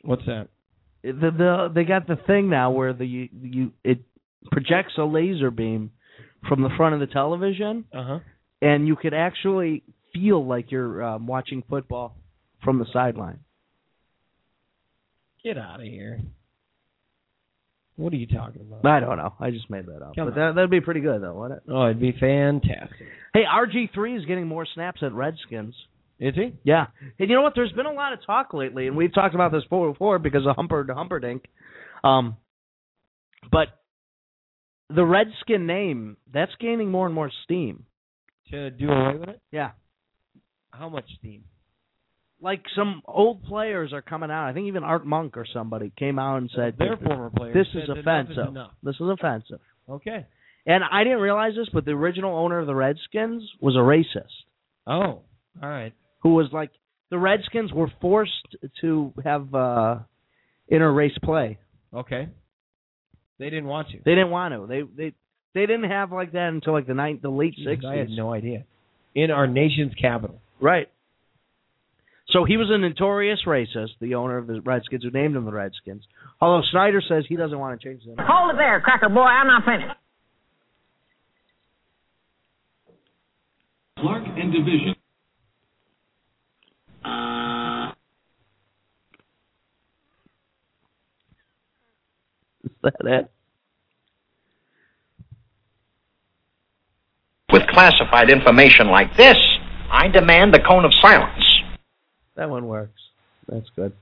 S2: What's that?
S3: The, the they got the thing now where the you, you it projects a laser beam from the front of the television
S2: Uh huh.
S3: and you could actually feel like you're um, watching football from the sideline.
S2: Get out of here. What are you talking about?
S3: I don't know. I just made that up.
S2: Come
S3: but
S2: on.
S3: that that'd be pretty good though, wouldn't it?
S2: Oh, it'd be fantastic.
S3: Hey, RG3 is getting more snaps at Redskins.
S2: Is he?
S3: Yeah. And you know what? There's been a lot of talk lately, and we've talked about this before because of Humper to Humperdink. Um, but the Redskin name, that's gaining more and more steam.
S2: To do away with it?
S3: Yeah.
S2: How much steam?
S3: Like some old players are coming out. I think even Art Monk or somebody came out and said,
S2: Their former players.
S3: This
S2: said
S3: is
S2: that Enough
S3: offensive.
S2: is enough.
S3: This is offensive.
S2: Okay.
S3: And I didn't realize this, but the original owner of the Redskins was a racist.
S2: Oh, all right.
S3: who was like the Redskins were forced to have uh inter race play.
S2: Okay. They didn't want you.
S3: They didn't want to. They they they didn't have like that until like the ninth, the late
S2: Jesus, I had
S3: sixties.
S2: no idea. In our nation's capital.
S3: Right. So he was a notorious racist, the owner of the Redskins, who named him the Redskins. Although Snyder says he doesn't want to change the name.
S8: Hold it there, cracker boy. I'm not finished.
S5: Clark and Division.
S3: Is that it?
S9: With classified information like this, I demand the cone of silence.
S3: That one works. That's good.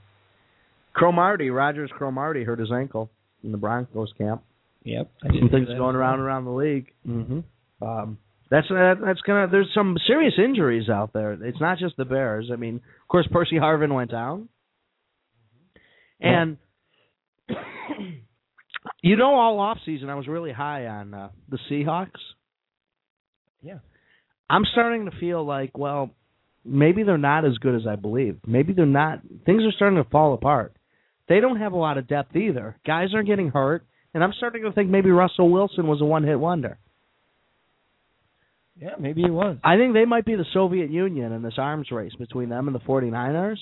S3: Cromarty, Rogers Cromarty hurt his ankle in the Broncos camp.
S2: Yep.
S3: Some things going around around the league.
S2: Mm-hmm.
S3: Um, that's that, that's gonna. There's some serious injuries out there. It's not just the Bears. I mean, of course, Percy Harvin went down, and you know, all off season I was really high on uh, the Seahawks.
S2: Yeah.
S3: I'm starting to feel like, well, maybe they're not as good as I believe. Maybe they're not. Things are starting to fall apart. They don't have a lot of depth either. Guys are getting hurt, and I'm starting to think maybe Russell Wilson was a one-hit wonder.
S2: Yeah, maybe it was.
S3: I think they might be the Soviet Union in this arms race between them and the 49ers.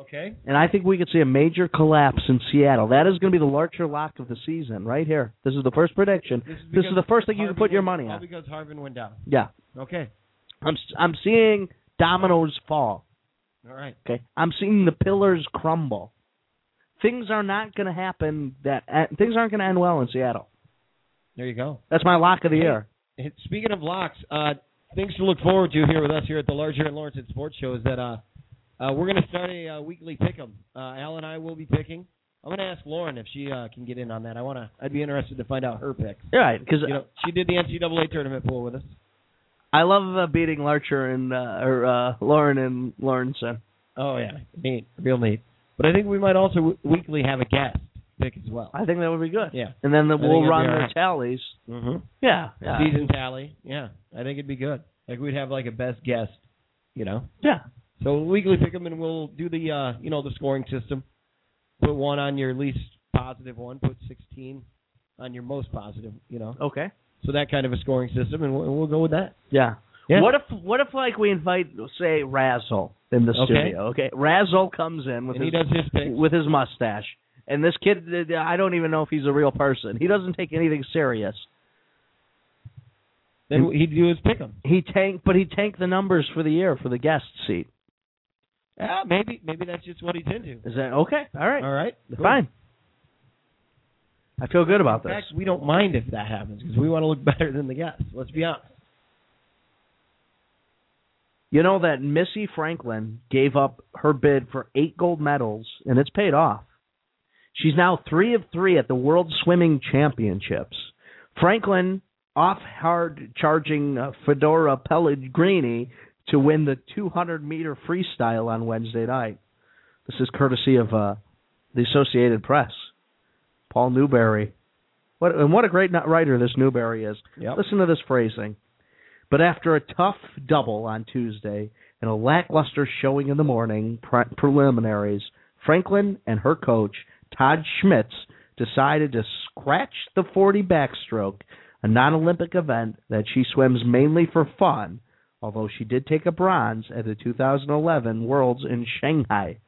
S2: Okay.
S3: And I think we could see a major collapse in Seattle. That is going to be the larger lock of the season, right here. This is the first prediction.
S2: This is,
S3: This
S2: because
S3: is the first thing you can
S2: Harvin
S3: put your
S2: went-
S3: money
S2: All
S3: on.
S2: because Harvin went down.
S3: Yeah,
S2: Okay.
S3: I'm s- I'm seeing dominoes fall.
S2: All right.
S3: Okay, I'm seeing the pillars crumble. Things are not going to happen. That uh, things aren't going to end well in Seattle.
S2: There you go.
S3: That's my lock of the
S2: Hey.
S3: year.
S2: And speaking of locks, uh, things to look forward to here with us here at the Larger and Lawrence and Sports Show is that uh, uh, we're going to start a uh, weekly pick 'em. Uh, Al and I will be picking. I'm going to ask Lauren if she uh, can get in on that. I want to. I'd be interested to find out her picks.
S3: You're right, because
S2: You know, she did the NCAA tournament pool with us.
S3: I love uh, beating Larcher and uh, or uh, Lauren and Lawrenson.
S2: Oh yeah, neat, real neat. But I think we might also w- weekly have a guest pick as well.
S3: I think that would be good.
S2: Yeah.
S3: and then the,
S2: I think
S3: we'll
S2: it'd
S3: run
S2: be all
S3: their
S2: right.
S3: tallies.
S2: Mm-hmm.
S3: Yeah, yeah,
S2: Season tally. Yeah, I think it'd be good. Like we'd have like a best guest. You know.
S3: yeah.
S2: So we'll weekly pick 'em and we'll do the uh, you know the scoring system. Put one on your least positive one. Put sixteen on your most positive. You know,
S3: Okay.
S2: so that kind of a scoring system, and we'll, we'll go with that.
S3: Yeah.
S2: Yeah.
S3: What if what if like we invite say Razzle in the
S2: Okay.
S3: studio? Okay, Razzle comes in with
S2: and he
S3: his
S2: does his pick.
S3: with his mustache, and this kid uh, I don't even know if he's a real person. He doesn't take anything serious.
S2: Then he'd do his pick 'em.
S3: He tank, but he tanked the numbers for the year for the guest seat.
S2: Yeah, maybe maybe that's just what he's into.
S3: Is that okay? All right,
S2: All right, cool.
S3: fine. I feel good about
S2: In
S3: this.
S2: fact, we don't mind if that happens because we want to look better than the guests. Let's be honest.
S3: You know that Missy Franklin gave up her bid for eight gold medals, and it's paid off. She's now three of three at the World Swimming Championships. Franklin off hard charging uh, Fedora Pellegrini to win the 200 meter freestyle on Wednesday night. This is courtesy of uh, the Associated Press. Paul Newberry. What, and what a great no- writer this Newberry is.
S2: Yep.
S3: Listen to this phrasing. But after a tough double on Tuesday, in a lackluster showing in the morning pre- preliminaries, Franklin and her coach, Todd Schmitz, decided to scratch the 40 backstroke, a non Olympic event that she swims mainly for fun, although she did take a bronze at the 2011 Worlds in Shanghai.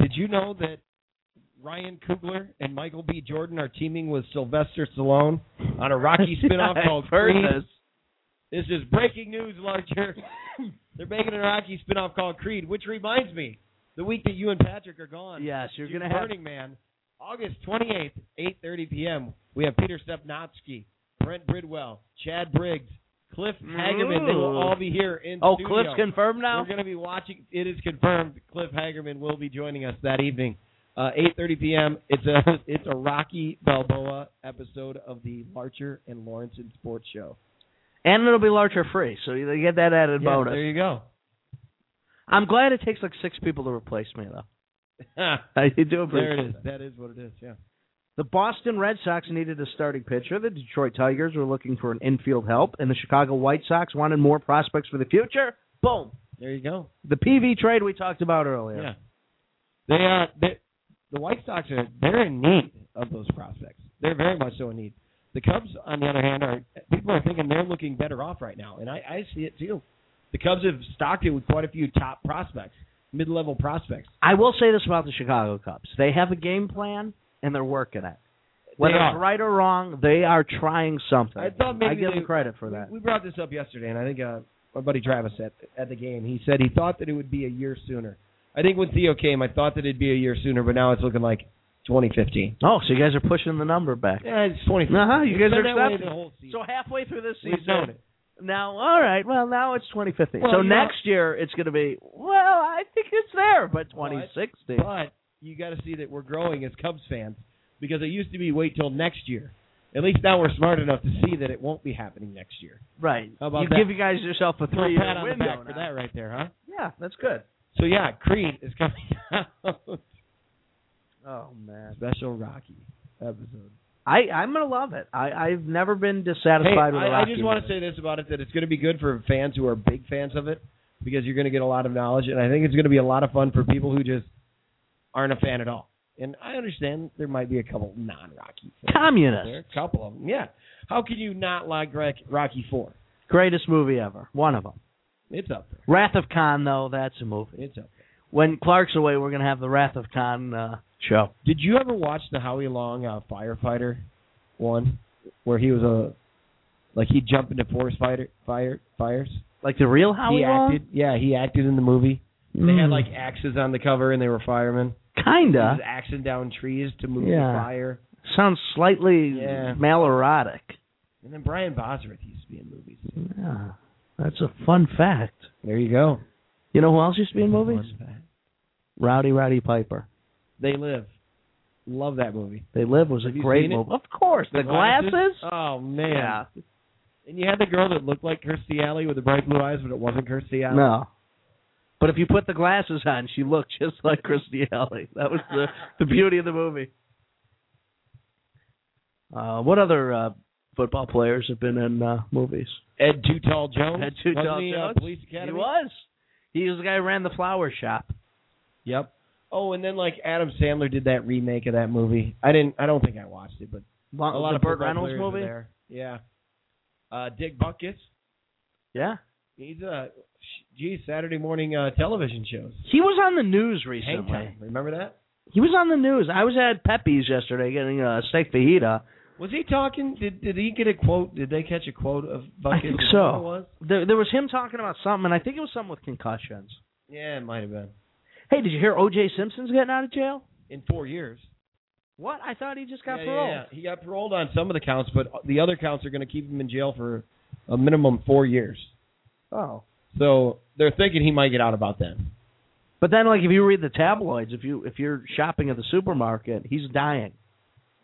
S2: Did you know that Ryan Coogler and Michael B. Jordan are teaming with Sylvester Stallone on a Rocky spinoff
S3: I've
S2: called
S3: heard
S2: Creed?
S3: this.
S2: This is breaking news, Larcher. They're making a Rocky spinoff called Creed, which reminds me, the week that you and Patrick are gone,
S3: Yes, you're
S2: Dude,
S3: going to have
S2: Burning Man, August 28th, 8:30 p.m. We have Peter Stepnotsky, Brent Bridwell, Chad Briggs, Cliff Hagerman. They will
S3: Ooh.
S2: all be here in
S3: Oh,
S2: studio.
S3: Cliff's confirmed now.
S2: We're going to be watching. It is confirmed. Cliff Hagerman will be joining us that evening, uh, 8:30 p.m. It's a it's a Rocky Balboa episode of the Larcher and Lawrence and Sports Show.
S3: And it'll be larger free, so you you get that added
S2: Yeah,
S3: bonus.
S2: there you go.
S3: I'm glad it takes like six people to replace me, though. I do appreciate
S2: there it is.
S3: that.
S2: That is what it is. Yeah.
S3: The Boston Red Sox needed a starting pitcher. The Detroit Tigers were looking for an infield help, and the Chicago White Sox wanted more prospects for the future. Boom.
S2: There you go.
S3: The PV trade we talked about earlier.
S2: Yeah. They uh they, the White Sox are they're in need of those prospects. They're very much so in need. The Cubs, on the other hand, are people are thinking they're looking better off right now, and I, I see it too. The Cubs have stocked it with quite a few top prospects, mid level prospects.
S3: I will say this about the Chicago Cubs. They have a game plan, and they're working it. Whether
S2: They
S3: it's
S2: are.
S3: right or wrong, they are trying something.
S2: I thought maybe
S3: give
S2: they-
S3: them credit for that.
S2: We, we brought this up yesterday, and I think uh, my buddy Travis at at the game, he said he thought that it would be a year sooner. I think when Theo came, I thought that it'd be a year sooner, but now it's looking like 2015.
S3: Oh, so you guys are pushing the number back.
S2: Yeah, it's 2015.
S3: Uh-huh, you
S2: It's
S3: guys
S2: been
S3: are
S2: that way
S3: accepting.
S2: the whole season.
S3: So halfway through this
S2: We've
S3: season,
S2: known it.
S3: Now, all right. Well, now it's 2015.
S2: Well,
S3: so
S2: you know-
S3: next year it's going to be. Well, I think it's there, but 2016.
S2: But you got to see that we're growing as Cubs fans because it used to be wait till next year. At least now we're smart enough to see that it won't be happening next year.
S3: right.
S2: How about
S3: you
S2: that?
S3: give you guys yourself a
S2: Throw a
S3: three
S2: pat
S3: year
S2: on the
S3: window.
S2: back for
S3: now.
S2: that right there, huh?
S3: Yeah, that's good.
S2: So yeah, Creed is coming out.
S3: Oh man,
S2: Special Rocky episode.
S3: I I'm gonna love it. I I've never been
S2: Hey,
S3: dissatisfied with.
S2: I,
S3: a
S2: I
S3: Rocky
S2: just want to
S3: movie.
S2: say this about it that it's going to be good for fans who are big fans of it because you're going to get a lot of knowledge, and I think it's going to be a lot of fun for people who just aren't a fan at all. And I understand there might be a couple non-Rocky fans.
S3: Communist,
S2: There are a couple of them. Yeah. How can you not like Rock- Rocky Four?
S3: greatest movie ever. One of them.
S2: It's up there.
S3: Wrath of Khan, though, that's a movie.
S2: It's up. There.
S3: When Clark's away, we're gonna have the Wrath of Khan uh, show.
S2: Did you ever watch the Howie Long uh, firefighter one, where he was a like he jumped into forest fighter fire fires?
S3: Like the real Howie
S2: he
S3: Long?
S2: acted. Yeah, he acted in the movie. They had
S3: Mm.
S2: like axes on the cover, and they were firemen. He
S3: kinda
S2: was axing down trees to move
S3: Yeah.
S2: the fire.
S3: sounds slightly
S2: Yeah.
S3: malerotic.
S2: And then Brian Bosworth used to be in movies.
S3: Yeah, that's a fun fact.
S2: There you go.
S3: You know who else used to be in movies?
S2: Fun fact.
S3: Rowdy Rowdy Piper.
S2: They live. Love that movie.
S3: They Live was a
S2: Have you
S3: great
S2: seen it?
S3: movie. Of course, the, glasses.
S2: Oh man.
S3: Yeah.
S2: And you had the girl that looked like Kirstie Alley with the bright blue eyes, but it wasn't Kirstie Alley.
S3: No. But if you put the glasses on, she looked just like Christy Alley. That was the the beauty of the movie. Uh, what other uh, football players have been in uh, movies?
S2: Ed Too Tall Jones.
S3: Ed Too
S2: Wasn't
S3: Tall
S2: he, uh,
S3: Jones?
S2: Police Academy.
S3: He was. He was the guy who ran the flower shop.
S2: Yep. Oh, and then like Adam Sandler did that remake of that movie. I didn't. I don't think I watched it, but
S3: Long,
S2: a lot
S3: Uh, the
S2: of
S3: Burt
S2: football
S3: Reynolds
S2: players were
S3: movie.
S2: There. Yeah. Uh, Dick Buckus.
S3: Yeah.
S2: He's a geez Saturday morning uh, television shows.
S3: He was on the news
S2: Hang
S3: recently.
S2: time. Remember that?
S3: He was on the news. I was at Pepe's yesterday getting a steak fajita.
S2: Was he talking? Did did he get a quote? Did they catch a quote of Buckus?
S3: I think
S2: Is that
S3: so.
S2: what it was?
S3: There, there was him talking about something, and I think it was something with concussions.
S2: Yeah, it might have been
S3: Hey, did you hear O.J. Simpson's getting out of jail?
S2: in four years.
S3: What? I thought he just got
S2: yeah,
S3: paroled.
S2: Yeah, yeah. He got paroled on some of the counts, but the other counts are going to keep him in jail for a minimum four years.
S3: Oh.
S2: So they're thinking he might get out about that.
S3: But then, like, if you read the tabloids, if you if you're shopping at the supermarket, he's dying.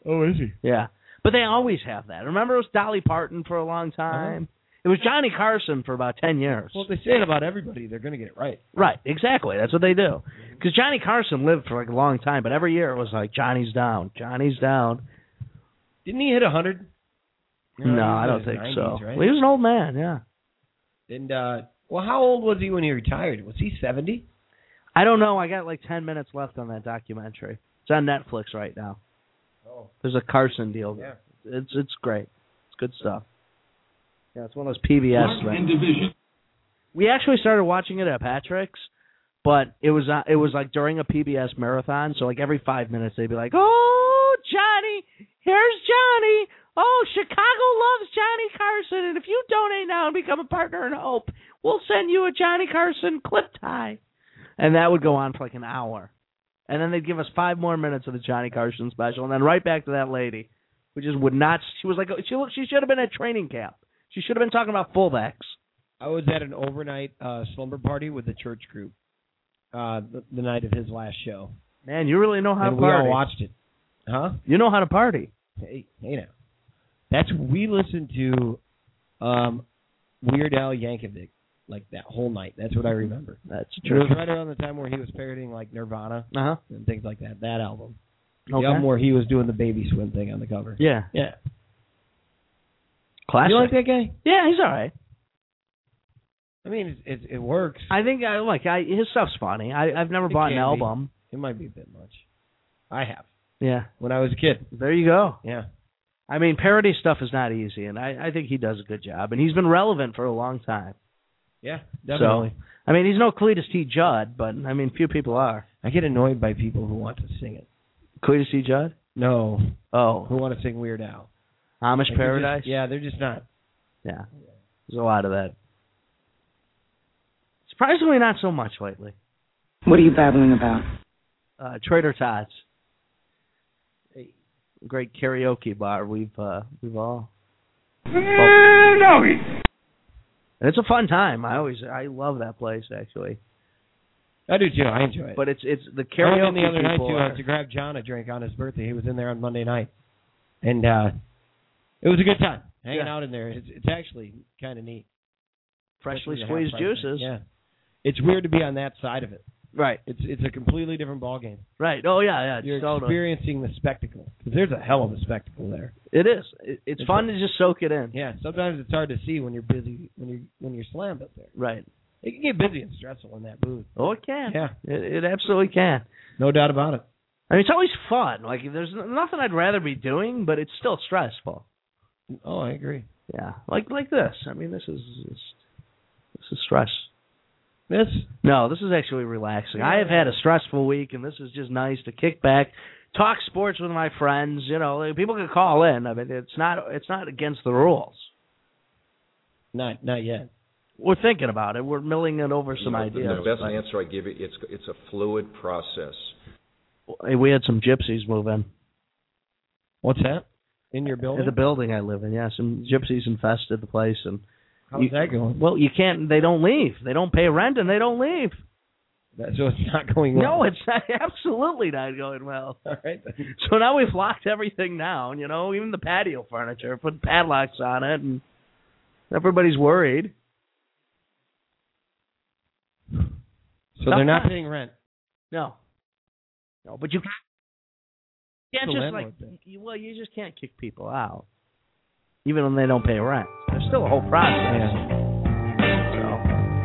S2: Oh, is he?
S3: Yeah. But they always have that. Remember, it was Dolly Parton for a long time. It was Johnny Carson for about ten years.
S2: Uh-huh. Well, if they say it about everybody, they're going to get it right.
S3: Right, exactly. That's what they do. Because Johnny Carson lived for like a long time, but every year it was like Johnny's down, Johnny's down.
S2: Didn't he hit a hundred?
S3: No, I don't think so.
S2: Right?
S3: Well, he was an old man, yeah.
S2: And uh, Well, how old was he when he retired? Was he 70?
S3: I don't know. I got like ten minutes left on that documentary. It's on Netflix right now.
S7: Oh.
S3: There's a Carson deal.
S2: Yeah.
S3: It's it's great. It's good stuff. Yeah, it's one of those PBS things.
S5: division.
S3: We actually started watching it at Patrick's, but it was uh, it was like during a PBS marathon. So like every five minutes they'd be like, "Oh, Johnny, here's Johnny. Oh, Chicago loves Johnny Carson, and if you donate now and become a partner in Hope, we'll send you a Johnny Carson clip tie." And that would go on for like an hour, and then they'd give us five more minutes of the Johnny Carson special, and then right back to that lady, who just would not. She was like, she looked, she should have been at training camp. She should have been talking about fullbacks.
S2: I was at an overnight uh, slumber party with the church group uh, the, the night of his last show,
S3: Man, you really know how
S2: and
S3: to
S2: we all
S3: party.
S2: watched it. Huh?
S3: You know how to party.
S2: Hey, hey now. That's we listened to um, Weird Al Yankovic like that whole night. That's what I
S3: Mm-hmm.
S2: remember.
S3: That's
S2: It was right around the time where he was parodying like Nirvana
S3: Uh huh.
S2: and things like that. That album, the
S3: Okay.
S2: album where he was doing the baby swim thing on the cover.
S3: yeah.
S2: Yeah.
S3: Classic.
S2: You like that guy?
S3: Yeah, he's all right.
S2: I mean, it, it, it works.
S3: I think I like I his stuff's funny. I I've never
S2: It
S3: bought
S2: can
S3: an
S2: be.
S3: album.
S2: It might be a bit much. I have
S3: Yeah.
S2: when I was a kid.
S3: There you go.
S2: Yeah.
S3: I mean, parody stuff is not easy, and I I think he does a good job, and he's been relevant for a long time.
S2: Yeah. Definitely.
S3: I mean, he's no Cletus T. Judd, but I mean, few people are.
S2: I get annoyed by people who want to sing it.
S3: Cletus T. Judd.
S2: No, who
S3: Oh,
S2: want to sing Weird Al?
S3: Amish
S2: Like, they're just-
S3: Paradise.
S2: yeah, they're just not.
S3: Yeah. There's a lot of that. Surprisingly, not so much lately.
S8: What are you babbling about?
S3: uh, Trader Todd's, a great karaoke bar. We've uh, we've all, and it's a fun time. I always I love that place actually.
S2: I do too. I enjoy it.
S3: But it's it's the
S2: I went
S3: karaoke
S2: in the other night
S3: people.
S2: too.
S3: are-
S2: I to grab John a drink on his birthday. He was in there on Monday night, and uh it was a good time hanging
S3: Yeah.
S2: out in there. It's, it's actually kind of neat.
S3: freshly
S2: Especially when they have
S3: squeezed
S2: fries there.
S3: juices.
S2: Yeah, it's weird to be on that side of it.
S3: Right,
S2: It's it's a completely different ballgame.
S3: right. Oh yeah, yeah.
S2: You're
S3: It's totally,
S2: experiencing the spectacle 'Cause there's a hell of a spectacle there.
S3: it is. It, it's
S2: It's
S3: fun to just soak it in.
S2: Yeah, sometimes it's hard to see when you're busy when you're when you're slammed up there.
S3: Right.
S2: It can get busy and stressful in that booth.
S3: Oh, it can.
S2: Yeah,
S3: It, it absolutely can.
S2: no doubt about it.
S3: I mean, it's always fun. Like there's nothing I'd rather be doing, but it's still stressful.
S2: Oh, I agree.
S3: Yeah. Like like this. I mean, this is just, this is stress.
S2: This
S3: No, this is actually relaxing. I have had a stressful week, and this is just nice to kick back, talk sports with my friends. You know, people can call in. I mean, it's not it's not against the rules.
S2: not not yet.
S3: We're thinking about it. We're milling it over some ideas.
S10: The best answer I give you, it's it's a fluid process.
S3: Hey, we had some gypsies move in
S2: What's that? In your
S3: at
S2: building?
S3: the building I live in. Yeah, some gypsies infested the place, and
S2: How's
S3: you-
S2: that going?
S3: well, you can't. They don't leave. They don't pay rent, and they don't leave.
S2: That, so it's not going well.
S3: No, it's not, absolutely not going well.
S2: all right. then.
S3: So now we've locked everything down, you know, even the patio furniture, put padlocks on it, and everybody's worried.
S2: So they're not
S3: Sometimes.
S2: paying rent.
S3: No, no, but you can't, you can't
S2: The
S3: just
S2: landlord
S3: like,
S2: thing.
S3: you, well, you just can't kick people out, even when they don't pay rent. There's still a whole process.
S2: Yeah.
S3: So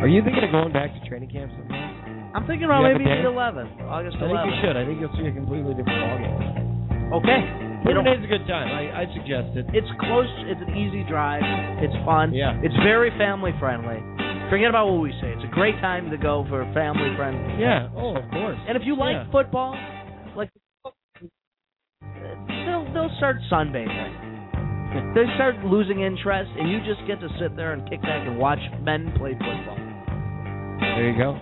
S2: Are you thinking of going back to training camp sometime?
S3: I'm thinking about
S2: You have a
S3: maybe
S2: day?
S3: the 11th, August
S2: I think you
S3: 11th.
S2: should. I think you'll see a completely different ballgame.
S3: Okay, you
S2: Labor
S3: know,
S2: Day's a good time. I, I suggest it.
S3: it's close. It's an easy drive. It's fun.
S2: Yeah.
S3: It's very family friendly. Forget about what we say. It's a great time to go for family friendly.
S2: Yeah. Oh, of course.
S3: And if you like
S2: Yeah.
S3: football, like they'll they'll start sunbathing. They start losing interest, and you just get to sit there and kick back and watch men play football.
S2: There you go.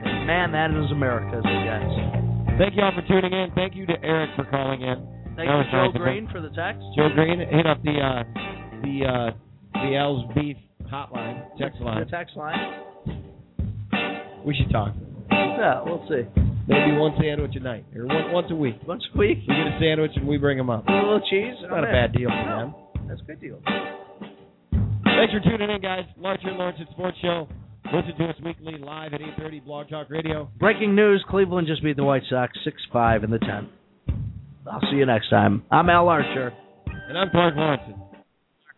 S3: And man, that is America, as it gets.
S2: Thank you all for tuning in. Thank you to Eric for calling in. That
S3: Thank you,
S2: was
S3: Joe
S2: nice of
S3: Green, for the text.
S2: Joe Green, hit up the uh, the uh, the L's Beef hotline text line.
S3: The text line.
S2: We should talk.
S3: Yeah, we'll see.
S2: Maybe one sandwich a night or one, once a week.
S3: Once a week,
S2: We get a sandwich and we bring them up.
S3: a little cheese.
S2: It's
S3: I'm
S2: not a
S3: in.
S2: bad deal for
S3: No,
S2: them.
S3: That's a good deal.
S2: Thanks for tuning in, guys. Larcher and Lawrence at Sports Show. Listen to us weekly live at 8:30 Blog Talk Radio.
S3: Breaking news: Cleveland just beat the White Sox six-five in the ten. I'll see you next time. I'm Al Archer.
S2: And I'm Clark Lawrence.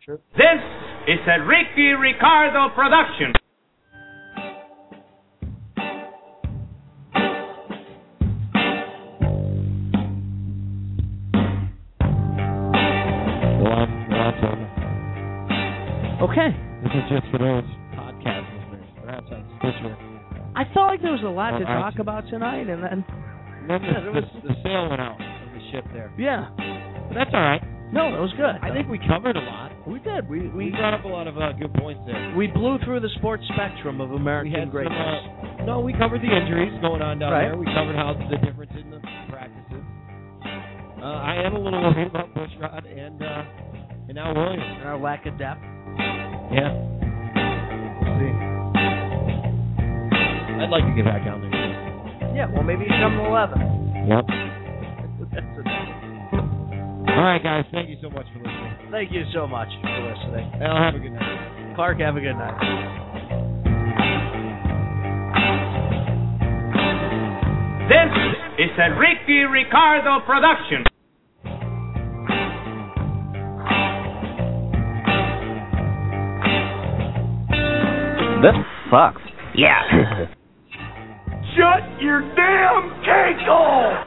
S6: This is a Ricky Ricardo production.
S3: Okay.
S2: This is just for those podcast listeners. Perhaps on Stitcher.
S3: I felt like there was a lot to
S2: Well, I-
S3: talk about tonight, and then
S2: Then the, the sail went out of the ship there.
S3: yeah,
S2: But that's all right.
S3: no, that was good.
S2: I think we covered a lot.
S3: we did. We
S2: We
S3: we
S2: brought up a lot of uh, good points there.
S3: we blew through the sports spectrum of
S2: We
S3: American
S2: had some,
S3: greatness.
S2: uh, no, we covered the injuries going on down
S3: Right.
S2: there. We covered how the difference in the practices. Uh, I am a little worried about Bushrod and uh, and now Williams.
S3: and our lack of depth.
S2: Yeah. I'd like to get back down there.
S3: Yeah, well, maybe he's number 11.
S2: Yep. All right, guys. Thank you so much for listening.
S3: Thank you so much for listening.
S2: And have a good night.
S3: Clark, have a good night.
S11: This is a Ricky Ricardo production.
S12: This sucks.
S11: Yeah. Shut your damn cake hole!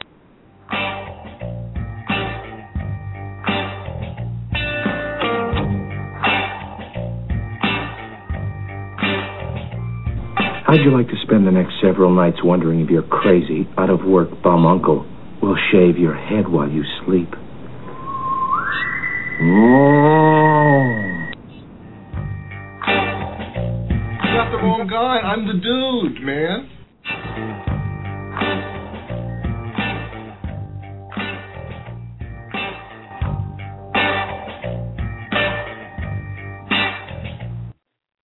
S5: How'd you like to spend the next several nights wondering if your crazy, out of work bum uncle will shave your head while you sleep?
S10: Not the wrong guy. I'm the dude, man.